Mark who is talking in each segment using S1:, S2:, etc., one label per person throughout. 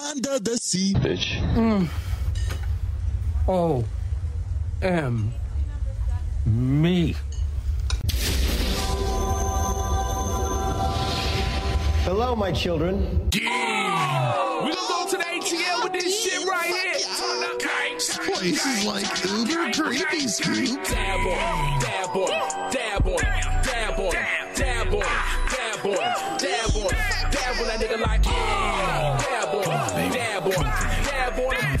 S1: Under the sea.
S2: bitch.
S3: O M me.
S4: Hello, my children.
S5: We gonna go to the ATL with this shit right here. This
S1: place is like uber creepy, Scoop.
S5: Dab on, it, dab on, it, dab on, it, dab on, it, dab on, it, dab on, it, dab on, it, dab on that nigga like. Dab on, it, dab on, it, dab on, it,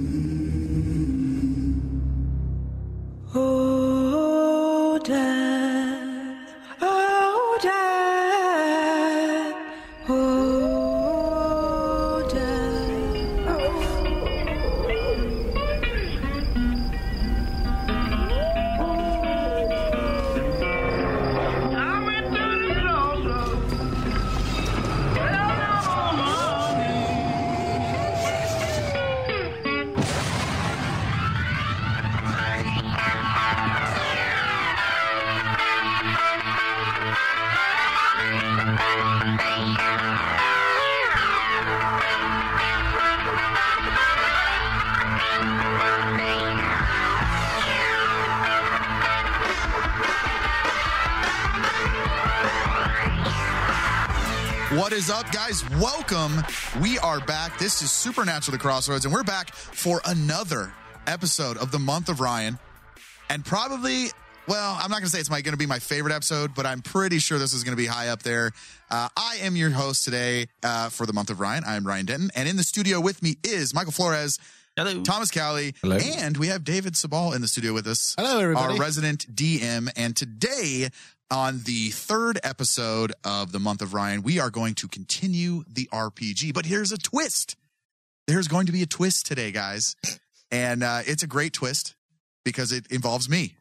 S6: Oh, death, oh, death, oh, death,
S1: What is up, guys? Welcome. We are back. This is Supernatural The Crossroads, and we're back for another episode of the month of Ryan. And probably, well, I'm not going to say it's going to be my favorite episode, but I'm pretty sure this is going to be high up there. Uh, I am your host today uh, for the month of Ryan. I am Ryan Denton. And in the studio with me is Michael Flores, Thomas Cowley, and we have David Sabal in the studio with us.
S7: Hello, everybody.
S1: Our resident DM. And today, on the third episode of the month of Ryan, we are going to continue the RPG. But here's a twist. There's going to be a twist today, guys. And uh, it's a great twist because it involves me.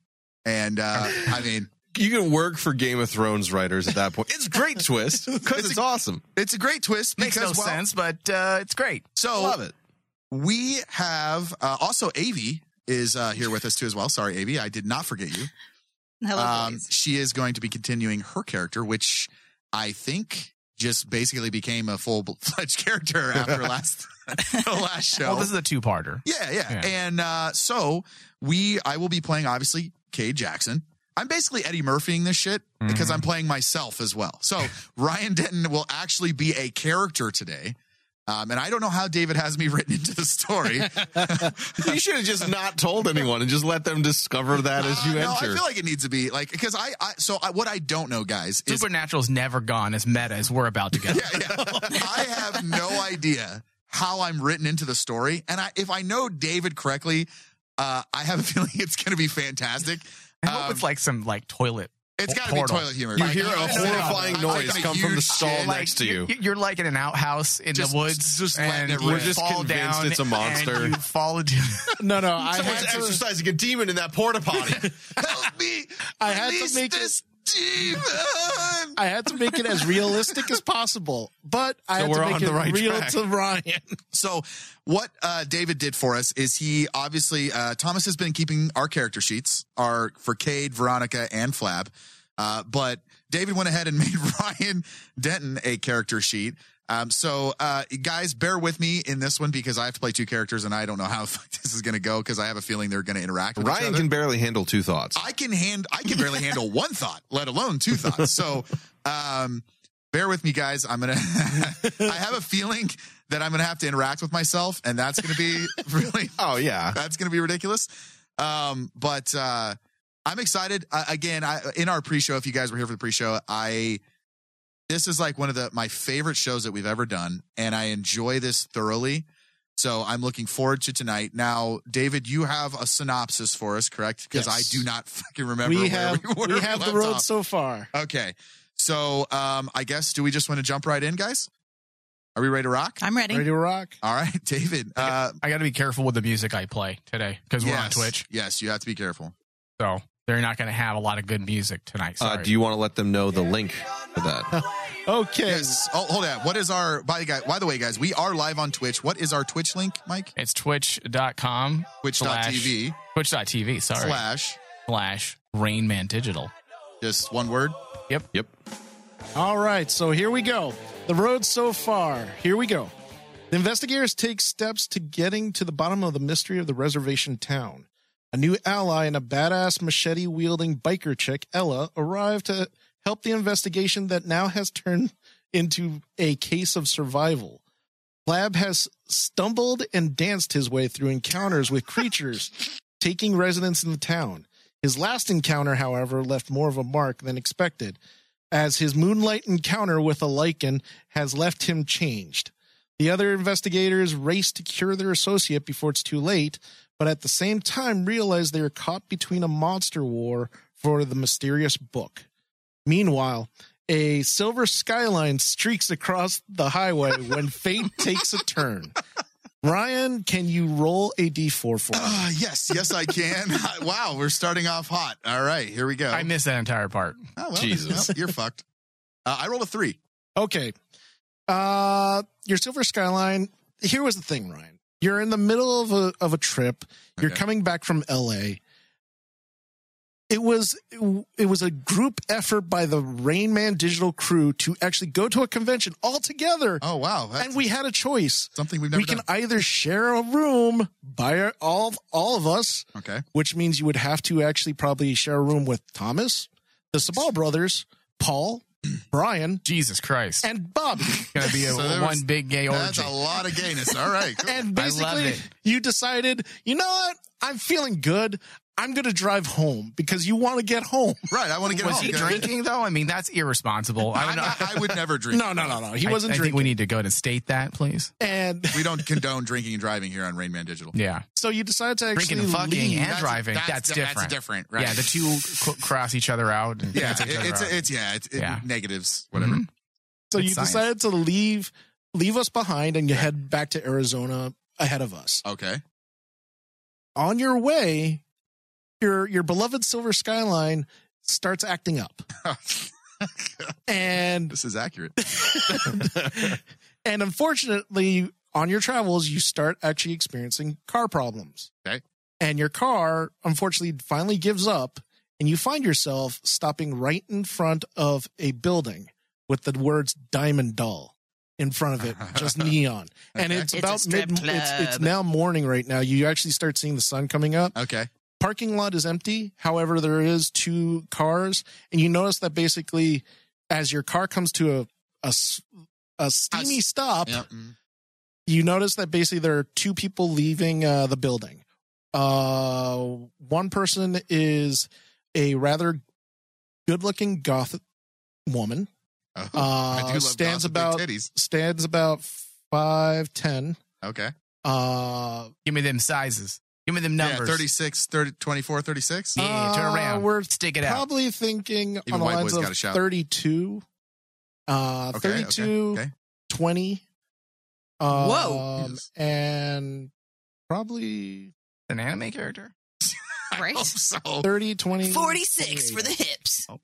S1: And uh, I mean,
S2: You can work for Game of Thrones writers at that point. It's a great twist because it's, awesome.
S1: it's a great twist.
S8: Makes no
S1: because, well,
S8: sense, but uh, it's great.
S1: So
S2: Love it.
S1: we have uh, also Avi is uh, here with us too as well. Sorry, Avi, I did not forget you.
S9: Hello,
S1: Um,
S9: boys.
S1: she is going to be continuing her character, which I think just basically became a full fledged character after last the last show.
S8: Well, this is a two-parter.
S1: yeah, yeah,
S8: Yeah.
S1: And uh, so we, I will be playing obviously Cade Jackson. I'm basically Eddie Murphying this shit
S2: Mm-hmm.
S1: because I'm playing myself as well. So Ryan Denton will actually be a character today. Um, and I don't know how David has me written into the story.
S2: You should have just not told anyone and just let them discover that as you
S1: Uh, no, I
S2: enter.
S1: feel like it needs to be like because I, I so I, what I don't know, guys, is
S8: Supernatural's never gone as meta as we're about to go.
S1: I have no idea how I'm written into the story, and I if I know David correctly, uh, I have a feeling it's going to be fantastic.
S8: I hope
S1: Um,
S8: it's like some like toilet.
S1: it's got to be
S8: portal.
S1: toilet humor.
S2: you
S1: Like,
S2: hear a
S1: I-
S2: horrifying
S1: I-
S2: noise
S1: like a
S2: come from the
S1: huge
S2: stall
S1: shit.
S2: next to you.
S8: You're, you're like in an outhouse in
S1: Just-
S8: the woods.
S1: just letting
S8: and
S1: it
S8: you
S1: rip. We're just
S8: fall
S2: convinced
S8: down
S2: it's a
S8: and
S2: monster.
S8: you fall into.
S7: No, no, I
S2: Someone's
S7: had, to,
S2: exercising a demon in that porta potty.
S1: Help me!
S7: I had to
S1: release
S7: make it-
S1: this demon.
S7: I had to make it as realistic as possible, but I
S2: So
S7: had
S2: we're
S7: to
S2: on
S7: make
S2: the
S7: it
S2: right
S7: real
S2: track.
S7: to Ryan.
S1: So, what uh, David did for us is he obviously uh, Thomas has been keeping our character sheets, our for Cade, Veronica, and Flab, uh, but David went ahead and made Ryan Denton a character sheet. Um, so, uh, guys, bear with me in this one because I have to play two characters, and I don't know how the fuck this is going to go because I have a feeling they're going to interact. With each
S2: Ryan
S1: other.
S2: can barely handle two thoughts. Uh,
S1: I can hand I can barely handle one thought, let alone two thoughts. So um bear with me guys. I'm gonna I have a feeling that I'm gonna have to interact with myself, and that's gonna be really
S2: Oh yeah,
S1: that's gonna be ridiculous. Um but uh I'm excited. Uh, again, I in our pre-show, if you guys were here for the pre-show, I this is like one of the my favorite shows that we've ever done, and I enjoy this thoroughly. So I'm looking forward to tonight. Now, David, you have a synopsis for us, correct? Because
S7: Yes.
S1: I do not fucking remember
S7: we
S1: where
S7: have
S1: we were.
S7: we
S1: when
S7: have
S1: we
S7: the
S1: left
S7: road
S1: off.
S7: so far.
S1: okay. So um I guess do we just want to jump right in, guys? Are we ready to rock?
S9: I'm ready.
S7: Ready to rock?
S1: All right, David. Uh
S8: I got to be careful with the music I play today because we're on
S1: yes.
S8: Twitch,
S1: Yes, you have to be careful.
S8: so they're not going to have a lot of good music tonight.
S2: Uh,
S8: Sorry.
S2: do you want to let them know the link for that?
S7: Okay.
S1: Yes. Oh, hold on. What is our by the guy? By the way, guys, we are live on Twitch. What is our Twitch link, Mike?
S8: it's twitch.com
S1: Twitch.tv.
S8: slash- Twitch.tv, sorry.
S1: slash
S8: Slash Rain Man Digital.
S1: just one word.
S8: Yep.
S2: Yep.
S7: All right, so here we go. The road so far. Here we go. The investigators take steps to getting to the bottom of the mystery of the reservation town. A new ally and a badass machete wielding biker chick, Ella, arrive to help the investigation that now has turned into a case of survival. Blab has stumbled and danced his way through encounters with creatures taking residence in the town. His last encounter, however, left more of a mark than expected, as his moonlight encounter with a lichen has left him changed. The other investigators race to cure their associate before it's too late, but at the same time realize they are caught between a monster war for the mysterious book. Meanwhile, a silver skyline streaks across the highway when fate takes a turn. Ryan, can you roll a d4 for me?
S1: Uh, yes, yes, I can. wow, we're starting off hot. All right, here we go.
S8: I missed that entire part.
S1: Oh, well,
S2: Jesus.
S1: well, you're fucked. Uh, I rolled a three.
S7: Okay. Uh your silver skyline. Here was the thing, Ryan. You're in the middle of a of a trip. You're
S1: Okay.
S7: coming back from LA. It was it was a group effort by the Rain Man digital crew to actually go to a convention all together.
S1: Oh wow, that's
S7: and we had a choice.
S1: something we've never
S7: We can
S1: done.
S7: either share a room by our, all all of us,
S1: Okay,
S7: which means you would have to actually probably share a room with Thomas, the Sabal brothers, Paul, Brian,
S8: Jesus Christ.
S7: and Bobby.
S8: It's gonna be a,
S1: So there
S8: one
S1: was-
S8: big gay
S1: that's
S8: orgy.
S1: a lot of gayness. All right, cool.
S7: And
S8: I love
S7: basically,
S8: it.
S7: you decided, you know what? I'm feeling good. I'm going to drive home because you want to get home.
S1: right. I want to get
S8: Was
S1: home.
S8: he
S1: guys.
S8: drinking though? I mean, that's irresponsible. I
S1: I'm
S8: don't know.
S1: not- I would never drink.
S7: No, no, no, no. He
S8: I-
S7: wasn't
S8: I, think
S7: drinking.
S8: we need to go and state that, please.
S7: and
S1: We don't condone drinking and driving here on Rain Man Digital.
S8: Yeah,
S7: so you decided to actually
S8: drinking and fucking
S7: leave.
S8: and driving. That's, different.
S1: different, right?
S8: Yeah, the two c- cross each other out. and
S1: Yeah,
S8: cancel each
S1: it-
S8: other
S1: it's
S8: out.
S1: it's yeah, it's it-
S8: Yeah.
S1: negatives, whatever.
S8: Mhm.
S7: so you
S8: it's science.
S7: decided to leave, leave us behind, and you head back to Arizona ahead of us.
S1: Okay,
S7: On your way, your your beloved Silver Skyline starts acting up, and
S1: this is accurate.
S7: and unfortunately, on your travels, you start actually experiencing car problems.
S1: Okay.
S7: And your car, unfortunately, finally gives up, and you find yourself stopping right in front of a building with the words "Diamond Doll" in front of it, just neon. And
S1: Okay.
S7: it's
S1: It's a
S7: about
S6: strip
S7: mid. It's, it's
S6: club.
S7: now morning right now. You actually start seeing the sun coming up
S1: Okay,
S7: parking lot is empty. However, there is two cars, and you notice that basically, as your car comes to a a, s- a steamy
S1: s-
S7: stop,
S1: yeah, mm.
S7: you notice that basically there are two people leaving uh, the building. Uh, one person is a rather good-looking goth woman.
S1: Oh,
S7: Uh,
S1: I do love
S7: stands
S1: gossip
S7: about
S1: and titties.
S7: stands about five ten.
S1: Okay,
S7: Uh,
S8: Give me them sizes. Give me them numbers.
S1: yeah, 36, 30, 24, 36.
S8: Yeah, turn
S7: Uh,
S8: around.
S7: we're
S8: Stick it out.
S7: probably thinking
S1: Even
S7: on the
S1: white
S7: lines
S1: boys gotta
S7: of
S1: shout.
S7: 32 uh
S1: Okay,
S7: 32
S1: okay, okay.
S7: 20
S6: Whoa.
S7: um,
S1: Jesus.
S7: and probably
S8: An anime character.
S6: Right?
S1: Oh, so
S7: 30 20
S6: 46 for the hips.
S2: Oh,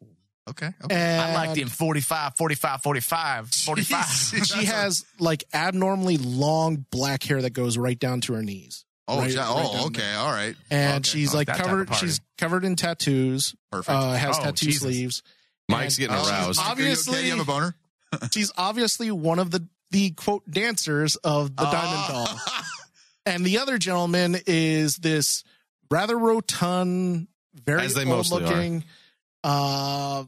S1: okay, okay.
S7: and
S8: I liked him 45, 45, 45, 45.
S1: Jesus.
S7: she has like abnormally long black hair that goes right down to her knees
S1: Oh,
S7: right-
S1: yeah,
S7: right
S1: oh,
S7: down
S1: okay,
S7: there.
S1: all right,
S7: and
S1: Okay.
S7: she's
S1: Oh,
S7: like
S8: that type of
S7: covered
S8: party.
S7: she's covered in tattoos
S1: perfect.
S7: uh has
S8: Oh,
S7: tattoo
S8: Jesus.
S7: sleeves uh,
S2: Mike's getting
S1: Oh, she's-
S2: aroused.
S1: Mike, are you okay?
S7: Obviously-
S1: you have a boner.
S7: she's obviously one of the the quote dancers of
S1: Uh,
S7: the diamond doll
S1: Ah.
S7: and the other gentleman is this rather rotund, very
S2: As they
S7: old
S2: mostly
S7: looking, uh,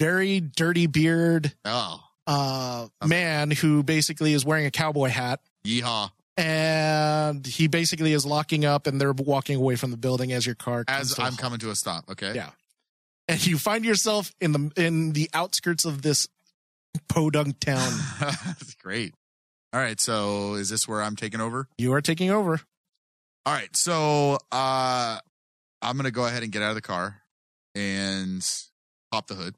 S7: very dirty beard
S1: oh,
S7: uh,
S1: Okay.
S7: man who basically is wearing a cowboy hat.
S1: yeehaw!
S7: And he basically is locking up, and they're walking away from the building as your car. Comes
S1: As
S7: to a
S1: I'm
S7: halt.
S1: coming to a stop. Okay.
S7: Yeah. and you find yourself in the in the outskirts of this podunk town.
S1: That's great. All right. So is this where I'm taking over?
S7: you are taking over.
S1: All right. So uh I'm gonna go ahead and get out of the car and pop the hood.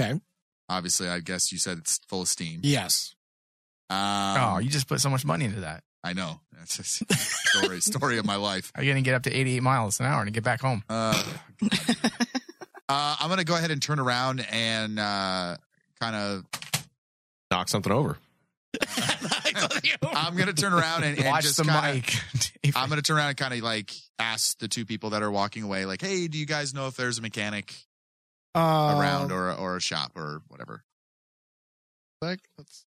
S7: Okay.
S1: Obviously, I guess you said it's full of steam.
S7: Yes.
S1: Um,
S8: oh, you just put so much money into that.
S1: I know. That's a story story of my life.
S8: Are you going to get up to 88 miles an hour and get back home?
S1: Uh, uh, I'm gonna go ahead and turn around and uh kind of
S2: Knock something over.
S1: I'm gonna turn around and, and
S8: Watch
S1: just
S8: the
S1: kinda,
S8: mic. Dave.
S1: I'm gonna turn around and kind of like ask the two people that are walking away, like, "Hey, do you guys know if there's a mechanic
S7: Uh,
S1: around or a, or a shop or whatever?"
S7: sec. Let's...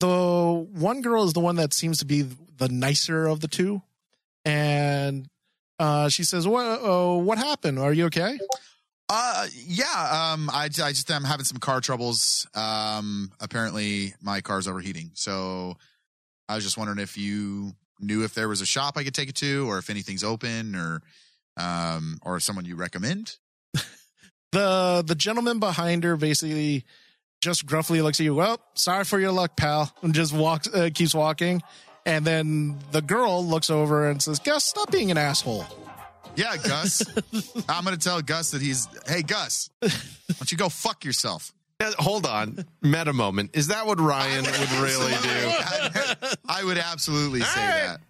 S7: The one girl is the one that seems to be the nicer of the two, and uh, she says, "What? Uh, what happened? Are you okay?"
S1: Uh, yeah. Um, I, I just am having some car troubles. Um, apparently my car's overheating, so I was just wondering if you knew if there was a shop I could take it to, or if anything's open, or um, or someone you recommend.
S7: the The gentleman behind her basically just gruffly looks at you. Well, sorry for your luck, pal, and just walks, uh, keeps walking. And then the girl looks over and says, "Gus, stop being an asshole."
S1: Yeah, Gus. I'm gonna tell Gus that he's. Hey, Gus, why don't you go fuck yourself?
S2: Uh, Hold on. Meta moment. Is that what Ryan would really do?
S1: I, I would absolutely say that.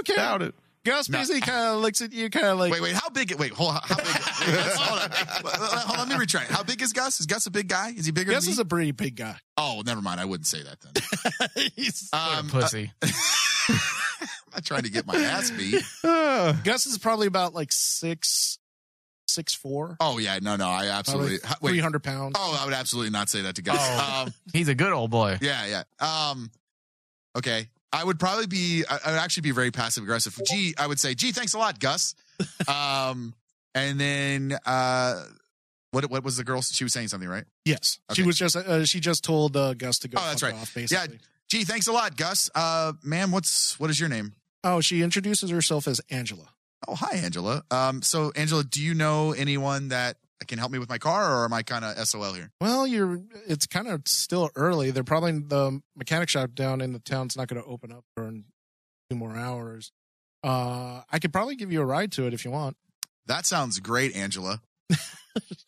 S7: Okay,
S2: Doubt it.
S7: Gus basically kind of looks at you, kind of like,
S1: Wait, wait. How big? Wait, hold. How big? Wait, let's- hold on. Hold on, Let me retry. it. How big is Gus? Is Gus a big guy? Is he bigger?
S7: "Gus
S1: than me?
S7: is a pretty big guy."
S1: Oh, never mind. I wouldn't say that then. um,
S8: Pussy.
S1: I'm not trying to get my ass beat.
S7: Gus is probably about like six, six four,
S1: Oh yeah, no, no. I absolutely. ha-
S7: three
S1: Wait.
S7: hundred Oh. pounds.
S1: Oh, I would absolutely not say that to Gus. Um,
S8: He's a good old boy.
S1: yeah, yeah. Um, okay. I would probably be. I, I would actually be very passive aggressive. Gee, I would say, gee, thanks a lot, Gus. Um, and then uh, what? What was the girl? She was saying something, right?
S7: Yes, she
S1: Okay.
S7: was just uh, she just told uh, Gus to go.
S1: Oh, that's
S7: fuck
S1: right.
S7: Off,
S1: Yeah.
S7: basically.
S1: Gee, thanks a lot, Gus. Uh, ma'am, what's what is your name?
S7: Oh, she introduces herself as Angela.
S1: Oh, hi, Angela. Um, so Angela, do you know anyone that can help me with my car, or am I kind of SOL here?
S7: Well, you're. It's kind of still early. They're probably the mechanic shop down in the town's not going to open up for two more hours. Uh, I could probably give you a ride to it if you want.
S1: That sounds great, Angela.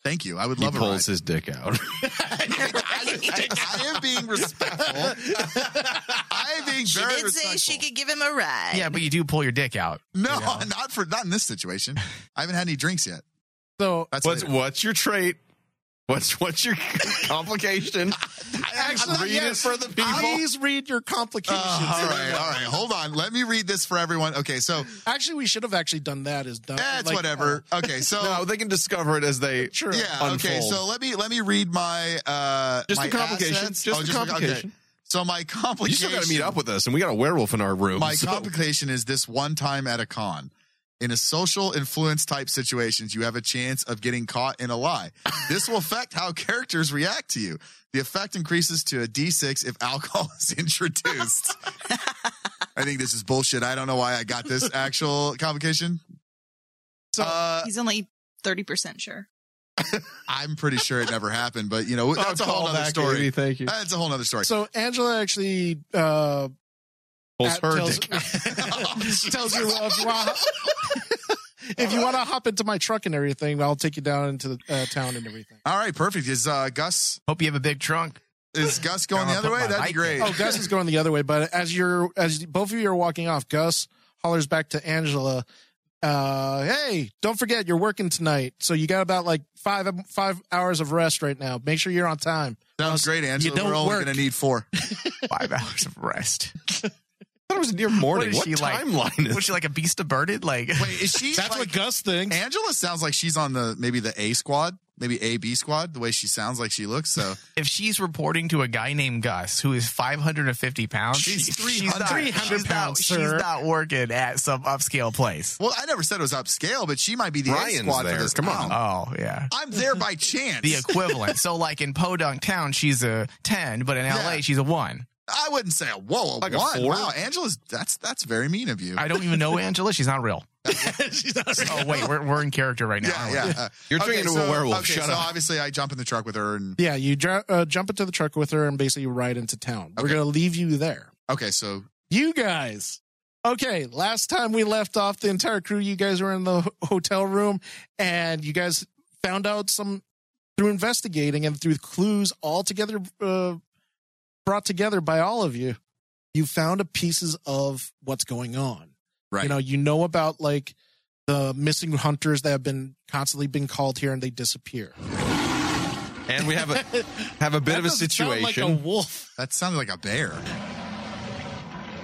S1: Thank you. I would
S2: He
S1: love a ride.
S2: pulls his dick out.
S1: I, I am being respectful. I am being
S6: She
S1: very
S6: did
S1: respectful.
S6: say she could give him a ride.
S8: Yeah, but you do pull your dick out.
S1: no,
S8: you know.
S1: not for not in this situation. I haven't had any drinks yet.
S7: So
S1: That's
S2: What's
S1: later.
S2: what's your trait? What's what's your complication?
S7: actually,
S2: read it
S7: yes,
S2: for the people.
S7: Please read your complications.
S1: Uh, all right, all right. Hold on. Let me read this for everyone. Okay, so
S7: Actually, we should have actually done that. Is done.
S1: that's
S7: like, uh,
S1: whatever. Okay, so
S2: no, they can discover it as they
S7: Sure.
S1: yeah. Okay,
S2: Unfold.
S1: so let me let me read my uh
S2: Just
S1: my
S2: the complication.
S1: assets. Oh,
S2: Just the
S1: okay.
S2: complication.
S1: So my
S2: You
S1: complication.
S2: still got to meet up with us, and we got a werewolf in our room.
S1: My
S2: so-
S1: complication is this one time at a con. In a social influence type situations, you have a chance of getting caught in a lie. This will affect how characters react to you. The effect increases to a D6 if alcohol is introduced. I think this is bullshit. I don't know why I got this actual complication.
S7: So-
S1: uh,
S9: He's only 30% sure.
S1: I'm pretty sure it never happened, but you know,
S2: Oh,
S1: that's a whole
S2: Callback,
S1: other story. Uh,
S2: Amy, thank you.
S1: That's a whole other story.
S7: So Angela actually uh,
S2: Pulls
S7: at-
S2: her
S7: tells,
S2: dick.
S7: tells you well, if you, want, if you want to hop into my truck and everything, I'll take you down into the uh, town and everything.
S1: All right, perfect. Is uh, Gus
S8: Hope you have a big trunk.
S1: is Gus going the
S8: I'll
S1: other
S8: put
S1: way?
S8: my
S1: That'd be
S8: mic
S1: great.
S8: in.
S7: Oh, Gus is going the other way, but as you're as both of you are walking off, Gus hollers back to Angela. Uh, hey, don't forget you're working tonight, so you got about like five um, five hours of rest right now. Make sure you're on time.
S1: Sounds great, Angela.
S7: don't
S1: We're only
S7: work.
S1: going to need four.
S8: Five hours of rest.
S2: I thought it was near morning.
S8: is
S2: What,
S8: she like?
S2: timeline is
S8: Was she like a beast of burden? Like,
S1: Wait, is she?
S7: That's
S1: like,
S7: what Gus thinks.
S1: Angela sounds like she's on the maybe the A squad, maybe A B squad. The way she sounds like she looks. So
S8: if she's reporting to a guy named Gus who is 550 pounds,
S1: She's
S8: she-
S1: 300
S8: not-
S1: 300
S7: pounds,
S8: she's Not,
S7: sir.
S8: she's not working at some upscale place.
S1: well, I never said it was upscale, but she might be the
S2: Ryan's
S1: A squad
S2: there.
S1: for this.
S2: Come on.
S1: town.
S8: Oh yeah,
S1: I'm there by chance.
S8: the equivalent. so like in Podunk Town, she's a 10, but in LA, she's a one.
S1: I wouldn't say a whoa, a
S2: Like a
S1: one.
S2: four?
S1: Wow, Angela's that's that's very mean of you.
S8: I don't even know Angela. She's not real. Oh wait, we're we're in character right now.
S1: yeah, yeah. uh,
S2: You're turning into a werewolf.
S1: Okay,
S2: Shut
S1: so
S2: up.
S1: obviously, I jump in the truck with her, and
S7: Yeah, you dr- uh, jump into the truck with her and basically ride into town. We're
S1: Okay.
S7: gonna leave you there.
S1: okay, so
S7: You guys. Okay, last time we left off, the entire crew, you guys were in the ho- hotel room and you guys found out some through investigating and through clues all together, uh, brought together by all of you, you found a pieces of what's going on.
S1: right.
S7: You know, you know about like the missing hunters that have been constantly been called here and they disappear.
S2: and we have a have a bit
S7: That
S2: of a
S7: doesn't sound
S2: situation.
S7: Like a wolf.
S1: That sounded like a bear.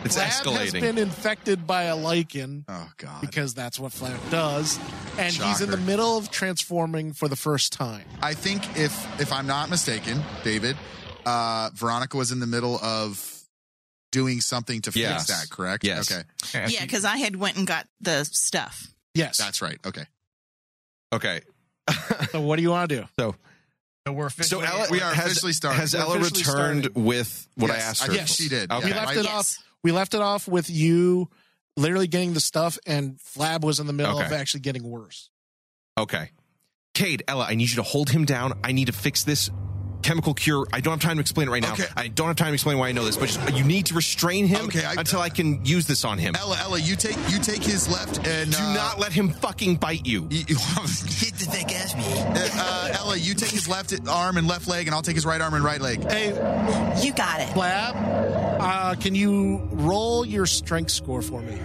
S2: it's
S7: Lab has
S2: escalating.
S7: been infected by a lichen
S1: Oh God.
S7: because that's what Flap does, and he's in
S1: Shocker.
S7: the middle of transforming for the first time.
S1: I think if if I'm not mistaken, David, uh, Veronica was in the middle of doing something to
S2: Yes.
S1: fix that. Correct?
S2: Yes.
S1: Okay.
S6: Yeah, because I had went and got the stuff.
S7: Yes.
S1: That's right. Okay.
S2: okay,
S7: so what do you want to do?
S2: so
S8: So we're officially.
S2: so Ella,
S1: we are
S2: has,
S1: officially starting.
S2: Has
S1: We're
S2: Ella
S7: officially
S2: returned with what I
S1: Yes,
S2: asked
S1: I
S2: her?
S1: think she did.
S2: Okay.
S7: We left
S1: I-
S7: it
S6: Yes.
S7: off. We left it off with you literally getting the stuff, and Flab was in the middle of
S2: Okay.
S7: actually getting worse.
S2: Okay. Cade, Ella, I need you to hold him down. I need to fix this chemical cure. I don't have time to explain it right now.
S1: Okay.
S2: I don't have time to explain why I know this, but just, you need to restrain him
S1: Okay, I-
S2: until I can use this on him.
S1: Ella, Ella, you take you take his left and
S2: Do
S1: uh,
S2: not let him fucking bite you.
S1: You,
S6: Get the fuck out of me.
S1: uh, Ella, you take his left arm and left leg, and I'll take his right arm and right leg.
S7: Hey,
S6: You got it.
S7: Flab, uh, can you roll your strength score for me?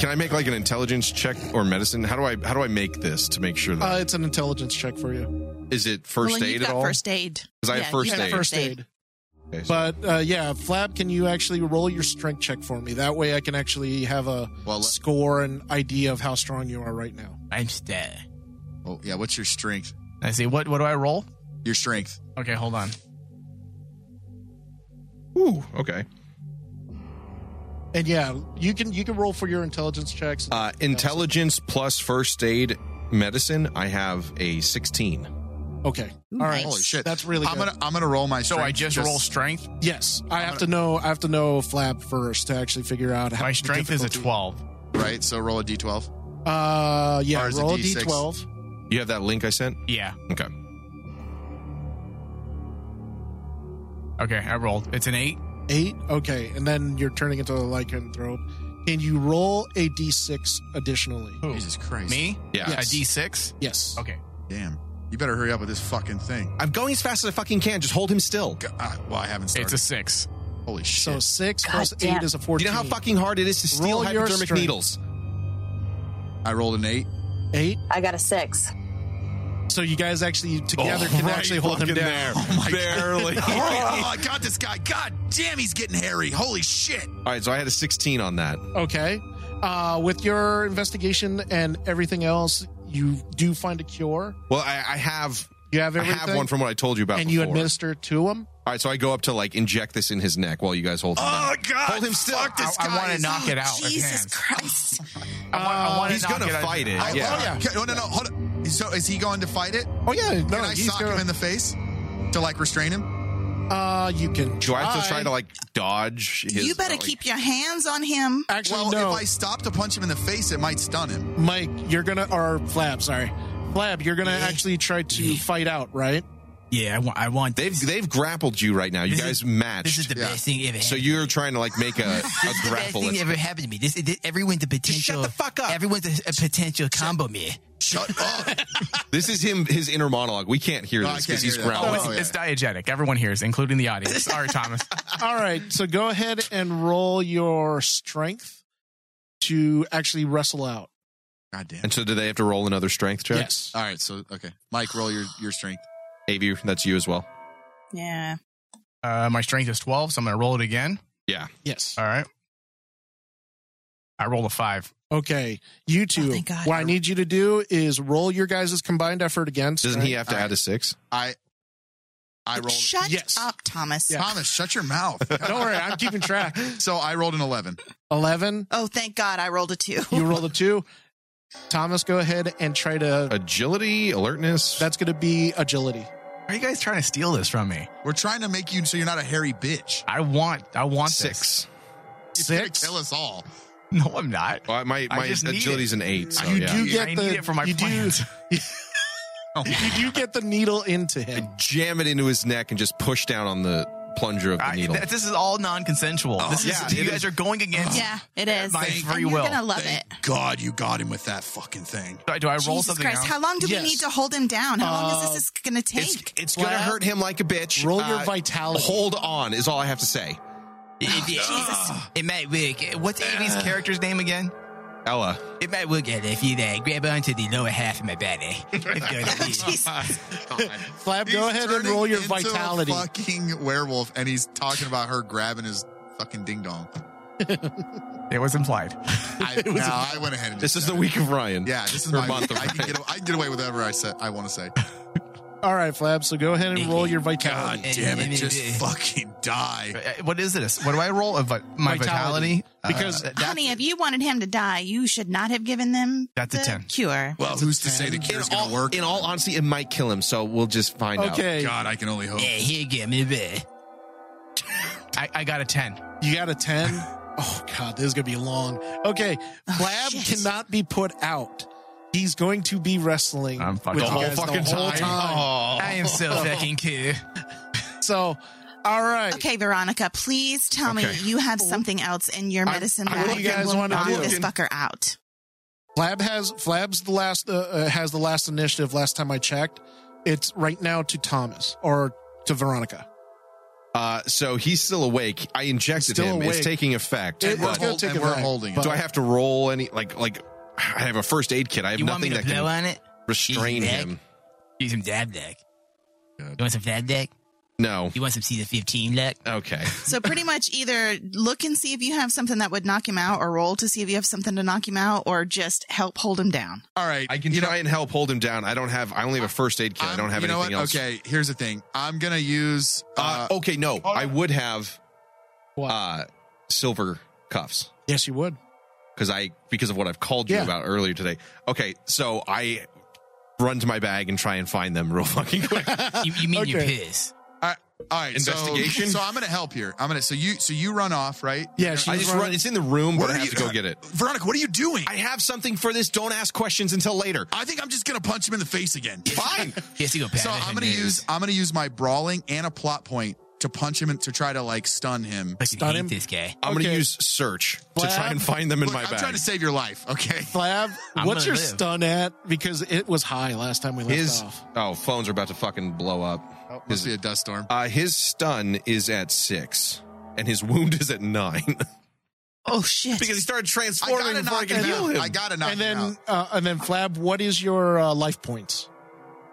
S2: Can I make like an intelligence check or medicine? How do I how do I make this to make sure that
S7: Uh, it's an intelligence check for you.
S2: is it first
S6: well, and
S2: aid
S6: you've
S2: at
S6: got
S2: all?
S6: first aid.
S2: 'Cause I have
S6: Yeah,
S2: first
S6: you've got
S2: aid.
S7: First aid.
S2: Okay, so-
S7: But uh, yeah, Flab, can you actually roll your strength check for me? That way I can actually have a
S1: Well, let-
S7: score and idea of how strong you are right now.
S8: I'm dead.
S1: Oh yeah, what's your strength?
S8: I see. What what do I roll?
S1: Your strength.
S8: Okay, hold on.
S2: Ooh, okay.
S7: And yeah, you can you can roll for your intelligence checks.
S2: Uh, intelligence plus first aid medicine. I have a sixteen.
S7: okay. All
S6: nice.
S7: right.
S1: Holy shit,
S7: That's really
S1: I'm
S7: good.
S1: gonna I'm gonna roll my.
S8: So
S1: strength
S8: I just, roll strength.
S7: Yes, I have to know. I have to know Flab first to actually figure out how
S8: My
S7: the
S8: strength is a
S7: difficulty.
S8: twelve.
S1: right. So roll a d12.
S7: Uh, yeah,
S1: Or is it
S7: roll a
S1: D6?
S7: d12.
S2: You have that link I sent?
S8: Yeah.
S2: Okay.
S8: Okay, I rolled. It's an eight.
S7: Eight. Okay, and then you're turning into a lycanthrope. Can you roll a d6 additionally?
S8: Who?
S1: Jesus Christ.
S8: Me?
S2: Yeah.
S8: A D six.
S7: Yes.
S8: Okay.
S1: Damn. You better hurry up with this fucking thing.
S2: I'm going as fast as I fucking can. Just hold him still.
S1: G- uh, well, I haven't started.
S8: It's a six.
S1: Holy
S7: So
S1: shit.
S7: six plus eight is a
S2: Do
S7: fourteen.
S2: you know how fucking hard it is to steal
S7: Roll your
S2: hypodermic
S7: strength.
S2: needles?
S1: I rolled an eight.
S7: eight?
S10: I got a six.
S7: So you guys actually together can actually hold him down.
S2: Barely.
S1: oh, I got this guy. God damn, he's getting hairy. Holy shit.
S2: All right, so I had a 16 on that.
S7: Okay. Uh, with your investigation and everything else, you do find a cure.
S2: Well, I, I have
S7: You have
S2: I
S7: everything.
S2: have one from what I told you about
S7: and you
S2: before.
S7: administer it to him.
S2: All right, so I go up to like inject this in his neck while you guys hold him.
S5: Oh,
S2: down.
S1: God.
S2: Hold him still.
S1: Fuck this
S8: I,
S1: guy.
S8: want to
S1: is-
S8: knock it out. with
S6: Jesus
S8: hands.
S6: Christ.
S8: I want, I want
S2: He's
S8: to knock
S2: gonna
S8: it out.
S2: fight it.
S1: I-
S2: Yeah.
S1: oh, yeah. No, no, no. Hold on. So is he going to fight it?
S7: Oh yeah, no,
S1: Can I
S7: he's
S1: sock
S7: gonna-
S1: him in the face to like restrain him?
S7: Uh, you can.
S2: Do I have to try to like dodge his
S6: you better
S2: like-
S6: keep your hands on him.
S7: Actually,
S1: Well,
S7: no.
S1: if I stop to punch him in the face, it might stun him.
S7: Mike, you're gonna or Flab, sorry, Flab, you're gonna actually try to fight out, right?
S5: Yeah, I want. I want
S2: They've they've grappled you right now. You
S5: This
S2: guys
S5: is-
S2: matched.
S5: This is the
S1: Yeah.
S5: best thing ever.
S2: so
S5: happened.
S2: you're trying to like make a, a
S5: This is the best
S2: grapple.
S5: thing that ever happened to me. This, this everyone's a potential.
S2: the fuck up.
S5: Everyone's a, a potential combo man.
S1: Shut up.
S2: This is him his inner monologue. We can't hear
S1: No, I
S2: this
S1: can't
S2: because he's
S1: hear that.
S8: Oh,
S2: growling.
S8: it's,
S1: Oh, yeah.
S8: it's diegetic. Everyone hears, including the audience. Sorry, Thomas.
S7: All right, so go ahead and roll your strength to actually wrestle out.
S1: God damn.
S2: And so do they have to roll another strength check?
S7: Yes.
S1: All right, so okay, Mike, roll your your strength.
S2: Avu, that's you as well.
S6: Yeah.
S8: Uh, my strength is twelve, so I'm gonna roll it again.
S2: Yeah.
S7: Yes.
S8: All right. I rolled a five.
S7: Okay, you two.
S6: Oh, thank God.
S7: what I need you to do is roll your guys' combined effort again.
S2: Doesn't he
S7: strength.
S2: have to
S1: All
S2: add a six?
S1: I I rolled.
S6: Shut
S7: Yes.
S6: up, Thomas.
S1: Thomas, shut your mouth.
S7: Don't worry, I'm keeping track.
S1: so I rolled an eleven.
S7: Eleven.
S6: Oh, thank God I rolled a two.
S7: You roll a two. Thomas, go ahead and try to.
S2: Agility, alertness.
S7: That's going to be agility.
S8: Are you guys trying to steal this from me?
S1: We're trying to make you so you're not a hairy bitch.
S8: I want. I want
S2: six.
S1: It's gonna
S7: Six?
S1: Kill us all.
S8: This. No, I'm not.
S2: Well, my
S8: I
S2: my
S8: just need
S2: agility's an eight. So,
S1: You
S2: yeah.
S7: do
S8: I
S7: get the
S8: need it for my
S7: you do-
S8: plans.
S7: you do get the needle into
S2: I
S7: him.
S2: jam it into his neck and just push down on the plunger of the
S8: I,
S2: needle. Oh,
S8: th- this is all non-consensual. this is
S2: yeah,
S8: you
S2: it
S8: guys
S2: is.
S8: are going against.
S6: yeah, it is.
S8: My
S6: And
S8: free
S6: you're
S8: will.
S6: gonna love
S1: Thank
S6: it.
S1: God you got him with that fucking thing.
S8: Do I, do I roll
S6: Jesus
S8: something? Uh,
S6: Christ,
S8: else?
S6: how long do
S7: Yes.
S6: we need to hold him down? How long is this is gonna take?
S2: it's it's gonna
S7: Well,
S2: hurt him like a bitch.
S7: roll your vitality.
S2: uh, Hold on is all I have to say.
S5: It, it- it might work. What's Amy's character's name again?
S2: Ella.
S8: It might work out if you uh, grab onto the lower half of my body. If you're the least.
S7: Flab, go
S1: He's
S7: ahead and
S1: turning
S7: roll your
S1: into a
S7: vitality.
S1: fucking werewolf, and he's talking about her grabbing his fucking ding dong.
S8: it was implied.
S1: I, no, I went ahead and
S2: This
S1: just
S2: is
S1: said
S2: the
S1: it.
S2: week of Ryan.
S1: Yeah, this is
S2: Or
S1: my.
S2: month of
S1: I can
S2: Ryan.
S1: get I can get away with whatever I say. I want to say.
S7: All right, Flab. So go ahead and roll your vitality.
S1: Damn it! Just fucking die.
S8: Uh, What is this? What do I roll? A vi- my vitality?
S7: Vitality.
S8: Uh,
S7: Because-
S8: that- that's-
S6: Honey, if you wanted him to die, you should not have given them
S8: That's a
S6: the
S8: 10.
S6: cure.
S1: Well, who's to say the cure's gonna work?
S2: In all honesty, it might kill him, so we'll just find out.
S7: Okay,
S1: God, I can only hope.
S8: Yeah, here, give me that. I, I got a 10.
S7: you got a ten. Oh God, this is gonna be long. Okay, Flab
S6: shit.
S7: cannot be put out. He's going to be wrestling
S8: I'm fucking-
S7: with
S8: The
S7: you
S8: whole
S7: guys
S2: fucking
S7: the whole
S2: time.
S8: I am so fucking cool.
S7: So, all right.
S6: Okay, Veronica, please tell
S2: Okay.
S6: me you have something else in your medicine
S7: I-
S6: bag
S7: what do you
S6: that
S7: guys
S6: will
S7: wanna
S6: knock
S7: do?
S6: this fucker out.
S7: Flab has Flab's the last uh, uh, has the last initiative. Last time I checked, it's right now to Thomas or to Veronica.
S2: Uh, so he's still awake. I injected
S7: Still
S2: him. It's
S7: awake.
S2: taking effect.
S7: It-
S2: but
S7: it's gonna take
S1: and
S7: a
S1: we're
S7: minute,
S1: holding it.
S7: but-
S2: do I have to roll any like like I have a first aid kit. I have
S8: You want me
S2: nothing
S8: to
S2: that
S8: blow
S2: can
S8: on it?
S2: restrain
S8: Use that?
S2: him.
S8: Use some dab deck. You want some dab deck?
S2: No.
S8: You want some season 15 deck?
S2: Okay.
S6: So pretty much either look and see if you have something that would knock him out or roll to see if you have something to knock him out or just help hold him down.
S1: All right,
S2: I can
S1: you know-
S2: try and help hold him down. I don't have. I only have a first aid kit. I'm, I do
S1: I'm-
S2: not have
S1: you know
S2: anything
S1: what?
S2: else.
S1: Okay, here's the thing. I'm gonna use.
S2: Uh,
S1: Uh,
S2: okay. No, I would have
S7: What?
S2: uh, silver cuffs
S7: yes, you would.
S2: because I because of what I've called you
S7: Yeah.
S2: about earlier today. Okay. So I run to my bag and try and find them real fucking quick.
S8: You, you mean your
S7: Okay.
S8: piss?
S1: all right, so-
S2: investigation?
S1: So, I'm gonna help here. I'm gonna. So you. So you run off, right?
S7: Yeah, she
S2: I
S7: was
S2: just
S7: running-
S2: run. It's in the room,
S1: Where
S2: but I
S1: are
S2: have
S1: you-
S2: to go get it.
S1: Veronica, what are you doing?
S2: I have something for this. Don't ask questions until later.
S1: I think I'm just gonna punch him in the face again.
S2: Fine.
S8: He has to go
S1: So
S8: bad
S1: I'm
S8: if it
S1: gonna
S8: is.
S1: use I'm gonna use my brawling and a plot point to punch him and to try to like stun him.
S8: I fucking
S7: Stun
S8: hate
S7: him.
S8: this guy.
S2: I'm
S7: Okay.
S2: gonna use search to try
S7: Lab?
S2: and find them in
S1: Look,
S2: my
S1: I'm
S2: bag.
S1: trying to save your life, okay?
S7: Flab,
S8: I'm
S7: what's
S8: gonna
S7: your
S8: live.
S7: stun at? Because it was high last time we left
S2: his
S7: off.
S2: oh phones are about to fucking blow up.
S1: Must
S2: his,
S1: be a dust storm.
S2: uh, his stun is at six, and his wound is at nine
S6: Oh shit.
S2: because he started
S1: I
S2: transforming
S1: gotta
S2: before I
S1: knock
S2: can
S1: him
S2: heal
S1: out.
S2: him.
S1: I gotta knock
S7: And
S1: him out.
S7: then, uh, and then Flab, what is your uh, life points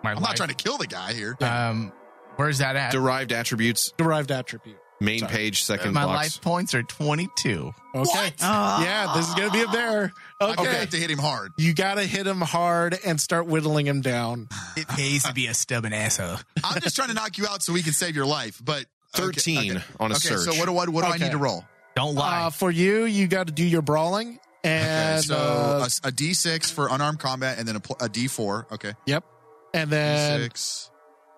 S8: My
S1: I'm not trying to kill the guy here.
S8: Um, where's that at?
S2: Derived attributes,
S7: derived attribute?
S2: main page, second
S8: My
S2: box.
S8: life points are 22.
S7: Okay.
S6: Oh.
S7: Yeah, this is gonna be a bear.
S1: I'm gonna
S7: Okay.
S1: have to hit him hard.
S7: You gotta hit him hard and start whittling him down.
S8: It pays to be a stubborn asshole.
S1: I'm just trying to knock you out so we can save your life. But okay,
S2: Thirteen
S1: okay.
S2: on a
S1: Okay,
S2: search.
S1: so what do I, what do I
S7: Okay.
S1: need to roll?
S8: Don't lie.
S7: Uh, for you, you got to do your brawling and
S1: Okay, so
S7: uh,
S1: a s- a D6 for unarmed combat, and then a, pl- a D4. Okay,
S7: yep, and then
S1: D6.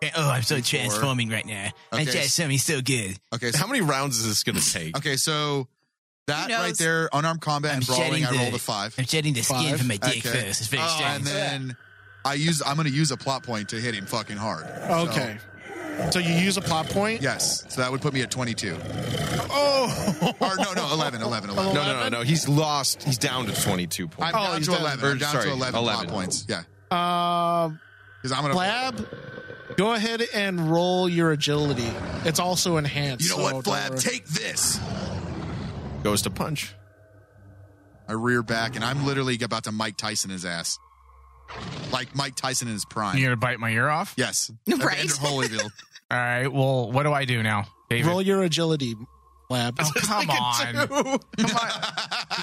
S8: Okay, oh, I'm so transforming right now. I'm
S1: Okay.
S8: transforming so good.
S1: Okay, so
S2: How many rounds is this going to take?
S1: okay, so that
S6: Who knows?
S1: right there, unarmed combat
S8: I'm
S1: and brawling.
S8: shedding
S1: I rolled
S8: the-
S1: a five.
S8: I'm shedding the skin
S7: Five.
S8: from my dick
S1: Okay.
S8: first. It's very
S1: Oh,
S8: strange.
S1: and then I use. I'm going to use a plot point to hit him fucking hard. So-
S7: okay. So you use a plot point.
S1: yes. So that would put me at 22. Oh. or no, no, 11, 11, 11.
S2: No, no, no, no. He's lost. He's down to twenty-two
S1: I'm
S2: points.
S1: Oh, down
S7: he's
S1: to
S7: down.
S1: 11.
S2: Or,
S1: I'm down
S2: sorry,
S1: to 11,
S2: 11.
S1: plot points. Yeah.
S7: Um,
S1: Because I'm going to.
S7: Flab, go ahead and roll your agility. It's also enhanced.
S1: You know
S7: so
S1: what,
S7: don't
S1: Flab?
S7: worry.
S1: Take this.
S2: Goes to punch.
S1: I rear back, and I'm literally about to Mike Tyson his ass. Like Mike Tyson in his prime.
S8: gonna bite my ear off?
S1: Yes.
S6: Right.
S1: Evander Holyfield.
S8: All right. Well, what do I do now, David?
S7: roll your agility, Flab.
S8: Oh, come on. Come on.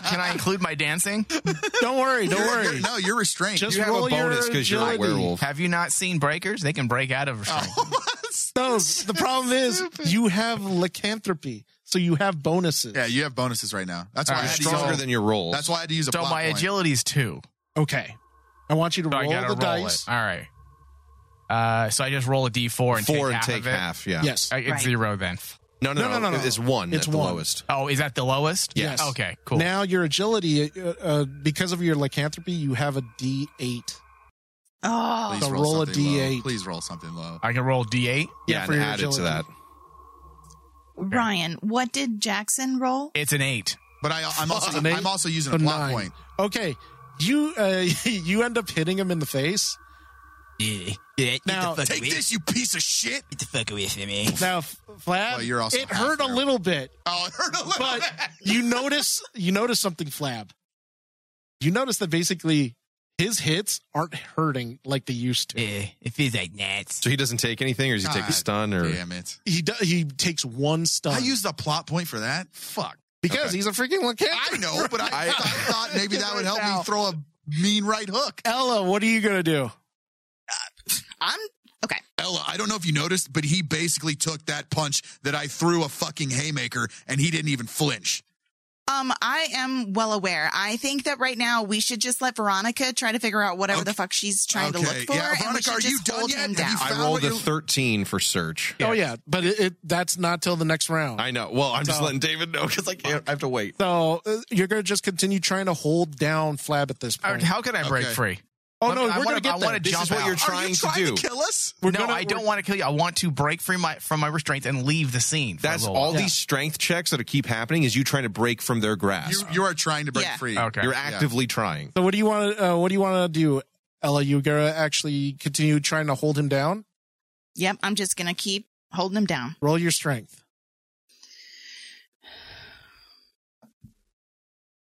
S8: Can I include my dancing?
S7: don't worry, don't
S1: You're-
S7: worry.
S1: No, you're restrained.
S7: Just
S2: You have
S7: roll
S2: a bonus
S7: your
S2: because you're a
S7: agility.
S2: werewolf.
S8: Have you not seen breakers? They can break out of
S7: Oh,
S8: restraint.
S7: No, the problem is you have lycanthropy, so you have bonuses.
S1: yeah, you have bonuses right now. That's why I
S8: Alright,
S1: had to
S2: You're stronger
S1: use-
S2: than your rolls.
S1: That's why I had to use a
S8: So
S1: plot
S8: my
S1: point.
S8: agility's two.
S7: Okay. I want you to
S8: So I
S7: roll the
S8: gotta roll
S7: dice.
S8: it. All right. Uh, so I just roll a d4 and
S2: four
S8: take
S2: and
S8: half
S2: take
S8: of it.
S2: half. Yeah.
S7: Yes.
S8: I, it's
S6: Right.
S8: zero then.
S2: No, no, no, no, It's one.
S7: It's
S2: at the
S7: one.
S2: lowest.
S8: Oh, is that the lowest?
S7: Yes.
S8: Okay. Cool.
S7: Now your agility, uh, uh, because of your lycanthropy, you have a D8.
S6: Oh.
S1: Please
S7: So roll a
S1: something low.
S7: D8.
S1: Please roll something low.
S8: I can roll d8.
S7: Yeah,
S2: Yeah,
S7: for
S2: and
S7: your
S2: add it to that.
S7: agility.
S6: Ryan, what did Jackson roll?
S8: It's an eight.
S1: But I, I'm also
S7: An eight?
S1: I'm also using
S7: A
S1: a plot
S7: nine.
S1: point.
S7: Okay. You uh, you end up hitting him in the face.
S8: Yeah. yeah
S7: Now,
S8: get the fuck
S1: Take
S8: away.
S1: this, you piece of shit!
S8: Get the fuck away from me.
S7: Now, F- Flab,
S1: Well, you're also
S7: it
S1: half
S7: hurt a
S1: there.
S7: little bit,
S1: Oh, it hurt a little
S7: but
S1: bit.
S7: you notice you notice something, Flab. you notice that basically his hits aren't hurting like they used to.
S8: it feels like nuts.
S2: So he doesn't take anything, or does he take a
S1: God
S2: stun, or
S1: Damn it.
S7: He do, he takes one stun.
S1: I used a plot point for that.
S7: fuck because he's a freaking
S1: I
S7: lycanthropist.
S1: know, but I,
S2: I-
S1: I thought maybe that would help me
S7: Now-
S1: throw a mean right hook.
S7: Ella, what are you gonna do?
S6: I'm okay.
S1: Ella, I don't know if you noticed, but he basically took that punch that I threw a fucking haymaker and he didn't even flinch.
S6: Um, I am well aware. I think that right now we should just let Veronica try to figure out whatever the fuck she's trying to look
S1: Okay,
S6: for.
S1: yeah,
S6: and we
S1: Veronica,
S6: should
S1: are you
S6: just
S1: done
S6: hold
S1: yet?
S6: him
S1: Have
S6: down.
S1: you
S2: I
S1: found
S2: rolled
S1: what
S2: a
S1: you-
S2: thirteen for search.
S7: Oh yeah, but it, it that's not till the next round.
S2: I know. Well, I'm just
S7: So-
S2: letting David know because I can't. I have to wait.
S7: so uh, you're gonna just continue trying to hold down Flab at this
S8: Or
S7: point.
S8: How could I break
S1: Okay.
S8: free?
S7: oh no,
S8: I
S7: we're
S8: wanna-
S7: gonna get
S8: I
S7: there.
S8: wanna
S2: This
S8: jump
S2: is what
S8: out.
S2: you're
S8: Are
S2: trying,
S8: you
S2: to do.
S1: kill us?
S7: We're
S8: no,
S7: gonna-
S8: I don't
S7: we're-
S8: want to kill you. I want to break free my from my restraints and leave the scene. for a
S2: That's
S8: little
S2: all
S8: while.
S2: these strength checks that keep happening is you trying to break from their grasp.
S1: You, you are trying to break
S6: Yeah.
S1: free.
S8: Okay.
S2: You're actively trying.
S7: So what do you want? to? Uh, what do you want to do, Ella? You gonna actually continue trying to hold him down?
S6: Yep, I'm just gonna keep holding him down.
S7: Roll your strength.